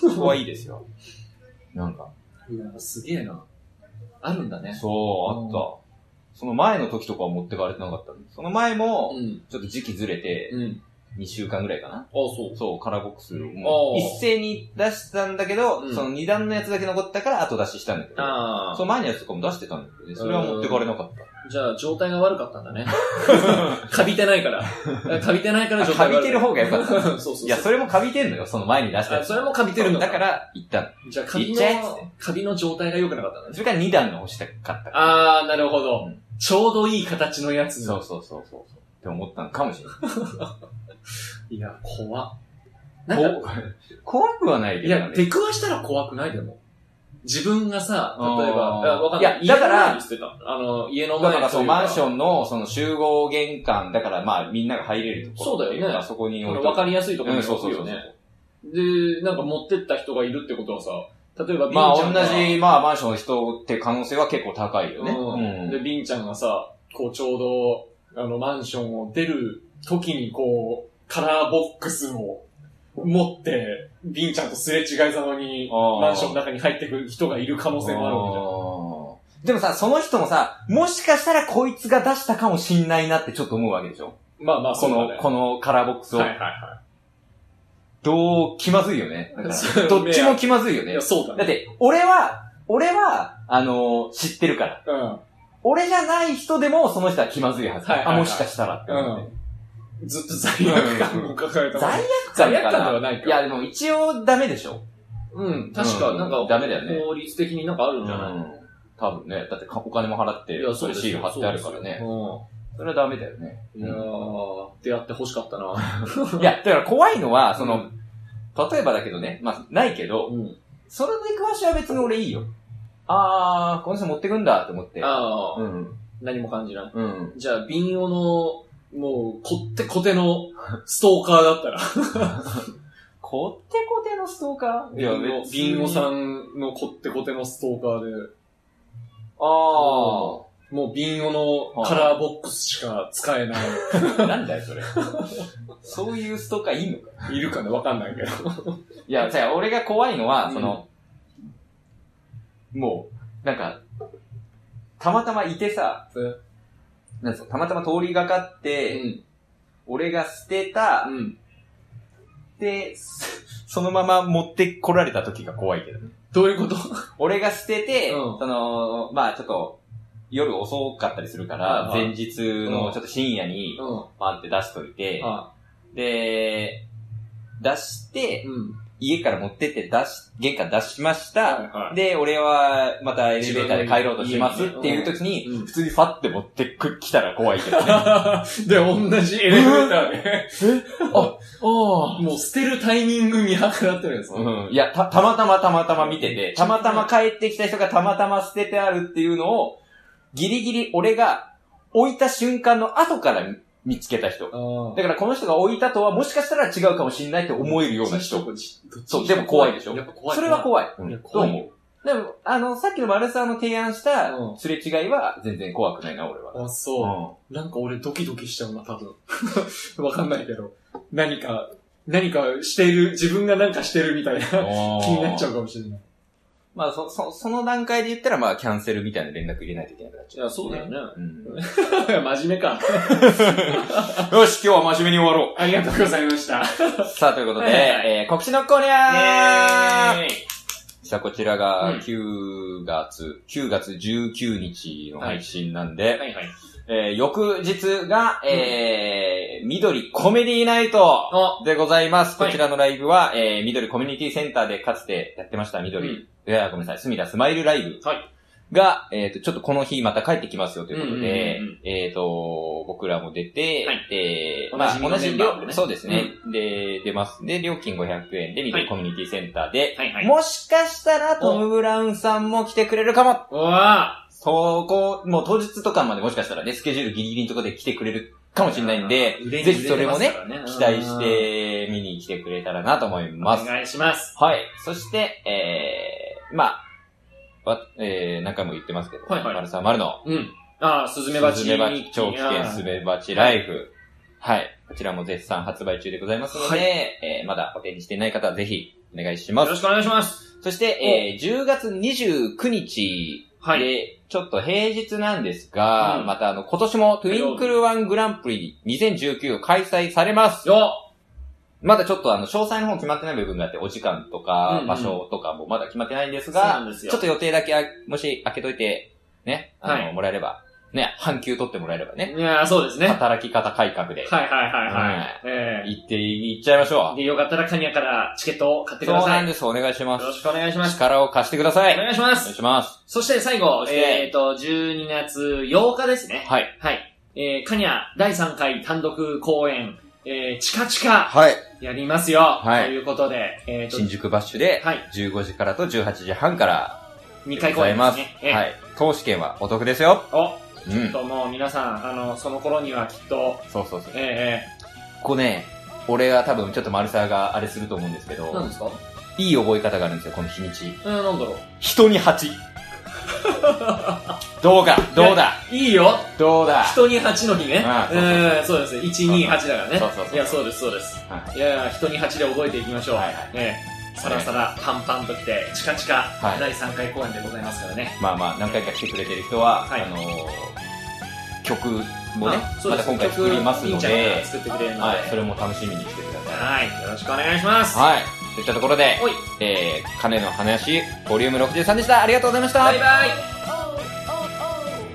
Speaker 1: そこはいいですよ。なんか、
Speaker 2: いや、すげえな。あるんだね。
Speaker 1: そう、あった。その前の時とかは持ってかれてなかったんでその前も、
Speaker 2: ん。
Speaker 1: ちょっと時期ずれて、
Speaker 2: うん。
Speaker 1: 2週間ぐらいかな
Speaker 2: あ、。そ
Speaker 1: そう、カラーボックスをもう
Speaker 2: あー
Speaker 1: 一斉に出したんだけど、
Speaker 2: うん
Speaker 1: その2段のやつだけ残ったから後出ししたんだけど。
Speaker 2: あ
Speaker 1: そう、前のやつとかも出してたんだけどね。それは持ってかれなかった。
Speaker 2: あ。じゃあ、状態が悪かったんだ ね。かびてないから。かびてないから状態
Speaker 1: あ
Speaker 2: が悪い。
Speaker 1: カビてる方が良かった
Speaker 2: そうそうそう。
Speaker 1: いや、それもカビてんのよ。その前に出したや
Speaker 2: あ
Speaker 1: つ。
Speaker 2: それもかびてるの
Speaker 1: だから、行ったの。
Speaker 2: じゃあ、カビ
Speaker 1: いっ
Speaker 2: の
Speaker 1: ちゃえっつって、
Speaker 2: カビの状態が良くなかったんだね。
Speaker 1: それから2段が欲しかったから。
Speaker 2: あー、なるほ
Speaker 1: う
Speaker 2: ど
Speaker 1: ん。
Speaker 2: ちょうどいい形のやつ
Speaker 1: そうそうそうそう。って思ったのかもしれない。
Speaker 2: いや、怖っ。なん
Speaker 1: こ
Speaker 2: か
Speaker 1: 怖くはないけ
Speaker 2: い
Speaker 1: どね。
Speaker 2: や、出くわしたら怖くないでも。自分がさ、例え
Speaker 1: あ
Speaker 2: ば、
Speaker 1: ー
Speaker 2: いや、わかんない。
Speaker 1: いやだから
Speaker 2: 家の前に捨てたあの、家の
Speaker 1: だ
Speaker 2: 前
Speaker 1: からそう、マンシ
Speaker 2: ン。
Speaker 1: ョンの、その集合玄関、だからまあ、みんなが入れるところ。
Speaker 2: そうだよね
Speaker 1: あそこに
Speaker 2: こ
Speaker 1: 置い
Speaker 2: れ
Speaker 1: て
Speaker 2: わかりやすいところ
Speaker 1: う
Speaker 2: に
Speaker 1: ん、そう
Speaker 2: 置
Speaker 1: そ
Speaker 2: く
Speaker 1: うそ
Speaker 2: よ
Speaker 1: う。
Speaker 2: ね。で、なんか持ってった人がいるってことはさ、例えば、
Speaker 1: まあ、
Speaker 2: ビンちゃんが
Speaker 1: 同じ、まあ、マンションの人って可能性は結構高いよね。
Speaker 2: うん。で、ビンちゃんがさ、こうちょうど、あの、マンションを出る時にこう、カラーボックスを持って、ビンちゃんとすれ違いざまに、マ
Speaker 1: マ
Speaker 2: ンションの中に入ってくる人がいる可能性もあるわけじゃん。
Speaker 1: あーでもさ、その人もさ、もしかしたらこいつが出したかもしんないなってちょっと思うわけでしょ
Speaker 2: まあまあ、
Speaker 1: こ
Speaker 2: そうだ
Speaker 1: の、
Speaker 2: ね。
Speaker 1: このカラーボックスを。
Speaker 2: はいはいは
Speaker 1: どう、気まずいよね。だか
Speaker 2: そ
Speaker 1: ら
Speaker 2: う
Speaker 1: どっちも気まずいよ
Speaker 2: い。い
Speaker 1: ね
Speaker 2: や、。そうだね。
Speaker 1: だって、俺は、俺は、あのー知ってるから。
Speaker 2: う
Speaker 1: 俺じゃない人でもその人は気まずいはず。
Speaker 2: はいはいはい
Speaker 1: あ、もしかしたらって思って。
Speaker 2: ん。ずっと罪悪感を抱えた。
Speaker 1: 罪悪感
Speaker 2: 罪悪
Speaker 1: か
Speaker 2: 感では
Speaker 1: な。
Speaker 2: ないか。
Speaker 1: いや、、でも一応ダメでしょ。
Speaker 2: うん。確か、
Speaker 1: うん
Speaker 2: なんか、
Speaker 1: ダメだよね
Speaker 2: 法律的になんかあるんじゃないの
Speaker 1: 多分ね。だってかお金も払って、それシール貼ってあるからね。
Speaker 2: そ
Speaker 1: それはダメだよね。
Speaker 2: うですようん。いやー、出会って欲しかったな。
Speaker 1: いや、だから怖いのは、そうの、例えばだけどね、まあ、ないけど、
Speaker 2: うん。
Speaker 1: その出くわしは別に俺いいよ。あー、この人持ってくんだって思って。
Speaker 2: ああ、
Speaker 1: うん。
Speaker 2: 何も感じない。
Speaker 1: うん。
Speaker 2: じゃあ、ビンオの、もう、こってこてのストーカーだったら、
Speaker 1: こってこてのストーカー
Speaker 2: ビンオ、ビンオさ
Speaker 1: ん。
Speaker 2: んのこってこてのストーカーで、
Speaker 1: あ
Speaker 2: もうビンオのカラーボックスしか 使えない。
Speaker 1: ー。なんだよ、それ。 そういうストーカーいいのか
Speaker 2: いるかねわかんないけど。
Speaker 1: いや、じゃあ俺が怖いのは、
Speaker 2: うん
Speaker 1: その、もう、なんか、たまたまいてさ
Speaker 2: うん、
Speaker 1: なんつうのたまたま通りがかって、
Speaker 2: ん。
Speaker 1: 俺が捨てた、
Speaker 2: うん。
Speaker 1: で、 そそのまま持ってこられた時が怖いけどね。
Speaker 2: どういうこと
Speaker 1: 俺が捨てて、
Speaker 2: うん
Speaker 1: その、まあちょっと、夜遅かったりするか
Speaker 2: は
Speaker 1: ら、
Speaker 2: いはい
Speaker 1: 前日のちょっと深夜に、
Speaker 2: う
Speaker 1: パンって出しといて
Speaker 2: ん。、あ、
Speaker 1: で、出して、
Speaker 2: うん。
Speaker 1: 家から持ってって出し、玄関出しまし
Speaker 2: はい
Speaker 1: た。
Speaker 2: は
Speaker 1: で、俺はまたエレベーターで帰ろうとしますっていう時
Speaker 2: い。
Speaker 1: に、
Speaker 2: うん
Speaker 1: 普通にファって持ってく、来たら怖いけどね。あ
Speaker 2: で、同じエレベーターで、
Speaker 1: あ。
Speaker 2: もう捨てるタイミング見計らってるんですね。
Speaker 1: うん。いや、た、たまたまたまたま見てて、たまたま帰ってきた人がたまたま捨ててあるっていうのを、ギリギリ俺が置いた瞬間の後から見つけた人。だからこの人が置いたとはもしかしたら違うかもしれないって思えるような人。そう、でも怖いでしょ
Speaker 2: やっぱ怖い。
Speaker 1: それは怖い。
Speaker 2: いや
Speaker 1: どう
Speaker 2: 怖い
Speaker 1: 思うでも、あの、さっきの丸沢の提案した
Speaker 2: うん
Speaker 1: すれ違いは全然怖くないな、俺は。
Speaker 2: あ、そう。なんか俺ドキドキしちゃうな、多分。 わかんないけど。何か、何かしている、自分が何かしてるみたいな
Speaker 1: 気
Speaker 2: 気になっちゃ
Speaker 1: う。
Speaker 2: うかもしれない。
Speaker 1: まあ、そ、そ、その段階で言ったら、まあ、キャンセルみたいな連絡入れないといけなくなっちゃう。
Speaker 2: ね。
Speaker 1: うん。
Speaker 2: 真面目か。
Speaker 1: よし、今日は真面目に終わろ
Speaker 2: ありがとうございました。
Speaker 1: う。さあ、ということで、
Speaker 2: はいはい
Speaker 1: えー、告知のコーナー
Speaker 2: イェーイ
Speaker 1: さあ、こちら
Speaker 2: うん
Speaker 1: が9月、9月19日の配信なんで、
Speaker 2: はいはい。
Speaker 1: えー、翌日が、えー、緑コメディナイト
Speaker 2: あ、
Speaker 1: でございます。
Speaker 2: は
Speaker 1: こ
Speaker 2: い
Speaker 1: ちらのライブは、えー、緑コミュニティセンターでかつてやってました、緑。
Speaker 2: うん
Speaker 1: いや、ごめんなさい、すみだスマイルライブ。
Speaker 2: はい
Speaker 1: が、えっ、と、ちょっとこの日また帰ってきますよということで、
Speaker 2: うんうんうん
Speaker 1: えっ、と、僕らも出て、
Speaker 2: はい
Speaker 1: えー
Speaker 2: お
Speaker 1: ま
Speaker 2: なじ
Speaker 1: あ、
Speaker 2: みの
Speaker 1: 同じ
Speaker 2: メンバーも
Speaker 1: 料、
Speaker 2: ね
Speaker 1: そうですね、で、出ます。で、料金500円で、
Speaker 2: は
Speaker 1: 緑
Speaker 2: い
Speaker 1: コミュニティセンターで、
Speaker 2: はいはい。
Speaker 1: もしかしたらトム・ブラウンさんも来てくれるかも
Speaker 2: うわ
Speaker 1: そこ、もう当日とかまでもしかしたらね、スケジュールギリギリのところで来てくれるかもしれないんで、
Speaker 2: ー
Speaker 1: ぜひそれもね、、
Speaker 2: 売れに
Speaker 1: 期
Speaker 2: 売れ
Speaker 1: 待
Speaker 2: ます
Speaker 1: し
Speaker 2: からね
Speaker 1: て見に来てくれたらなと思い
Speaker 2: うん
Speaker 1: ます
Speaker 2: お。願いします。
Speaker 1: はい。そして、えー、まあ、わ、えー、何回も言ってますけど、
Speaker 2: はいはい
Speaker 1: 丸さん丸の、
Speaker 2: うん。ああ、スズメバチ。
Speaker 1: スズメバチ、長期圏スズメバチライフ。はい。こちらも絶賛発売中でございますので、
Speaker 2: はい
Speaker 1: えー、まだお手にしていない方はぜひお願いしま
Speaker 2: よろ
Speaker 1: す。
Speaker 2: しくお願いします。
Speaker 1: そして、えー、10月29日、
Speaker 2: はい。
Speaker 1: で、ちょっと平日なんですが、
Speaker 2: うん
Speaker 1: またあの、今年もトゥインクルワングランプリ2019開催されます。
Speaker 2: よ
Speaker 1: まだちょっとあの、詳細の方決まってない部分があって、お時間と
Speaker 2: うん
Speaker 1: か
Speaker 2: うん
Speaker 1: 場所とかもまだ決まってないんです
Speaker 2: そうな
Speaker 1: が、
Speaker 2: んで
Speaker 1: ち
Speaker 2: す
Speaker 1: ょっ
Speaker 2: よ。
Speaker 1: と予定だけあ、もし開けといて、ね、あの、
Speaker 2: はい
Speaker 1: もらえれば、ね、半休取ってもらえればね、
Speaker 2: いやーそうですね。はい
Speaker 1: 働き方改革で、
Speaker 2: はいはいはい。え
Speaker 1: 行って、行っちゃいまし
Speaker 2: え
Speaker 1: ょ
Speaker 2: で、よかったらカニヤからチケットを買っ
Speaker 1: う。
Speaker 2: て
Speaker 1: そ
Speaker 2: く
Speaker 1: う
Speaker 2: ださ。
Speaker 1: ないん
Speaker 2: よ
Speaker 1: です、お願いします。
Speaker 2: ろしくお願いします。
Speaker 1: 力を貸してください。
Speaker 2: お
Speaker 1: お
Speaker 2: 願いしま
Speaker 1: 願い
Speaker 2: す。
Speaker 1: します。
Speaker 2: そして最後、
Speaker 1: そして
Speaker 2: えっと、12月8日ですね。
Speaker 1: はい。
Speaker 2: はい。えー、カニヤ第3回単独公演、えー、チカチカ
Speaker 1: はい。
Speaker 2: やりますよ。
Speaker 1: はい
Speaker 2: ということで、えっと、
Speaker 1: 新宿バッシュで、
Speaker 2: はい。
Speaker 1: 15時からと18時半から、
Speaker 2: 2回公演ですね。ええ
Speaker 1: はい。投資券はお得ですよ。
Speaker 2: お、
Speaker 1: う
Speaker 2: ちょっ
Speaker 1: ん。
Speaker 2: ともう皆さん、あの、その頃にはきっと、
Speaker 1: そうそうそう。
Speaker 2: え
Speaker 1: こうね、俺が多分ちょっと丸沢があれすると思うんですけ
Speaker 2: えええなん
Speaker 1: ど、
Speaker 2: ですか
Speaker 1: いい覚え方があるんですよ、この日にち。
Speaker 2: うん、なんだろ
Speaker 1: 人に 蜂。どうか、どうだ、
Speaker 2: う。いいよ
Speaker 1: どうだ。
Speaker 2: 人に8の日ね。
Speaker 1: ああそう
Speaker 2: うん、そうです。128だからね。
Speaker 1: そうそうそう
Speaker 2: いや、そうです、そうです。
Speaker 1: はい
Speaker 2: や、人に8で覚えていきましょう。
Speaker 1: はいはい
Speaker 2: ねさらさら、パンパンときて、チカチカ、
Speaker 1: はい
Speaker 2: 第3回公演でございますからね。
Speaker 1: い。まあまあ、何回か来てくれてる人は、
Speaker 2: はい
Speaker 1: あのー、曲もね
Speaker 2: あ、そう
Speaker 1: ま
Speaker 2: で
Speaker 1: た
Speaker 2: す
Speaker 1: 今回作りますの
Speaker 2: 曲いいんちゃんが
Speaker 1: で、
Speaker 2: 作ってくれるので。
Speaker 1: はい、それも楽しみにしてください。
Speaker 2: はい。よろしくお願いします。
Speaker 1: はい。といったところで、
Speaker 2: おい、
Speaker 1: えー、金の話、ボリューム63でした。ありがとうございました。
Speaker 2: バイバイ。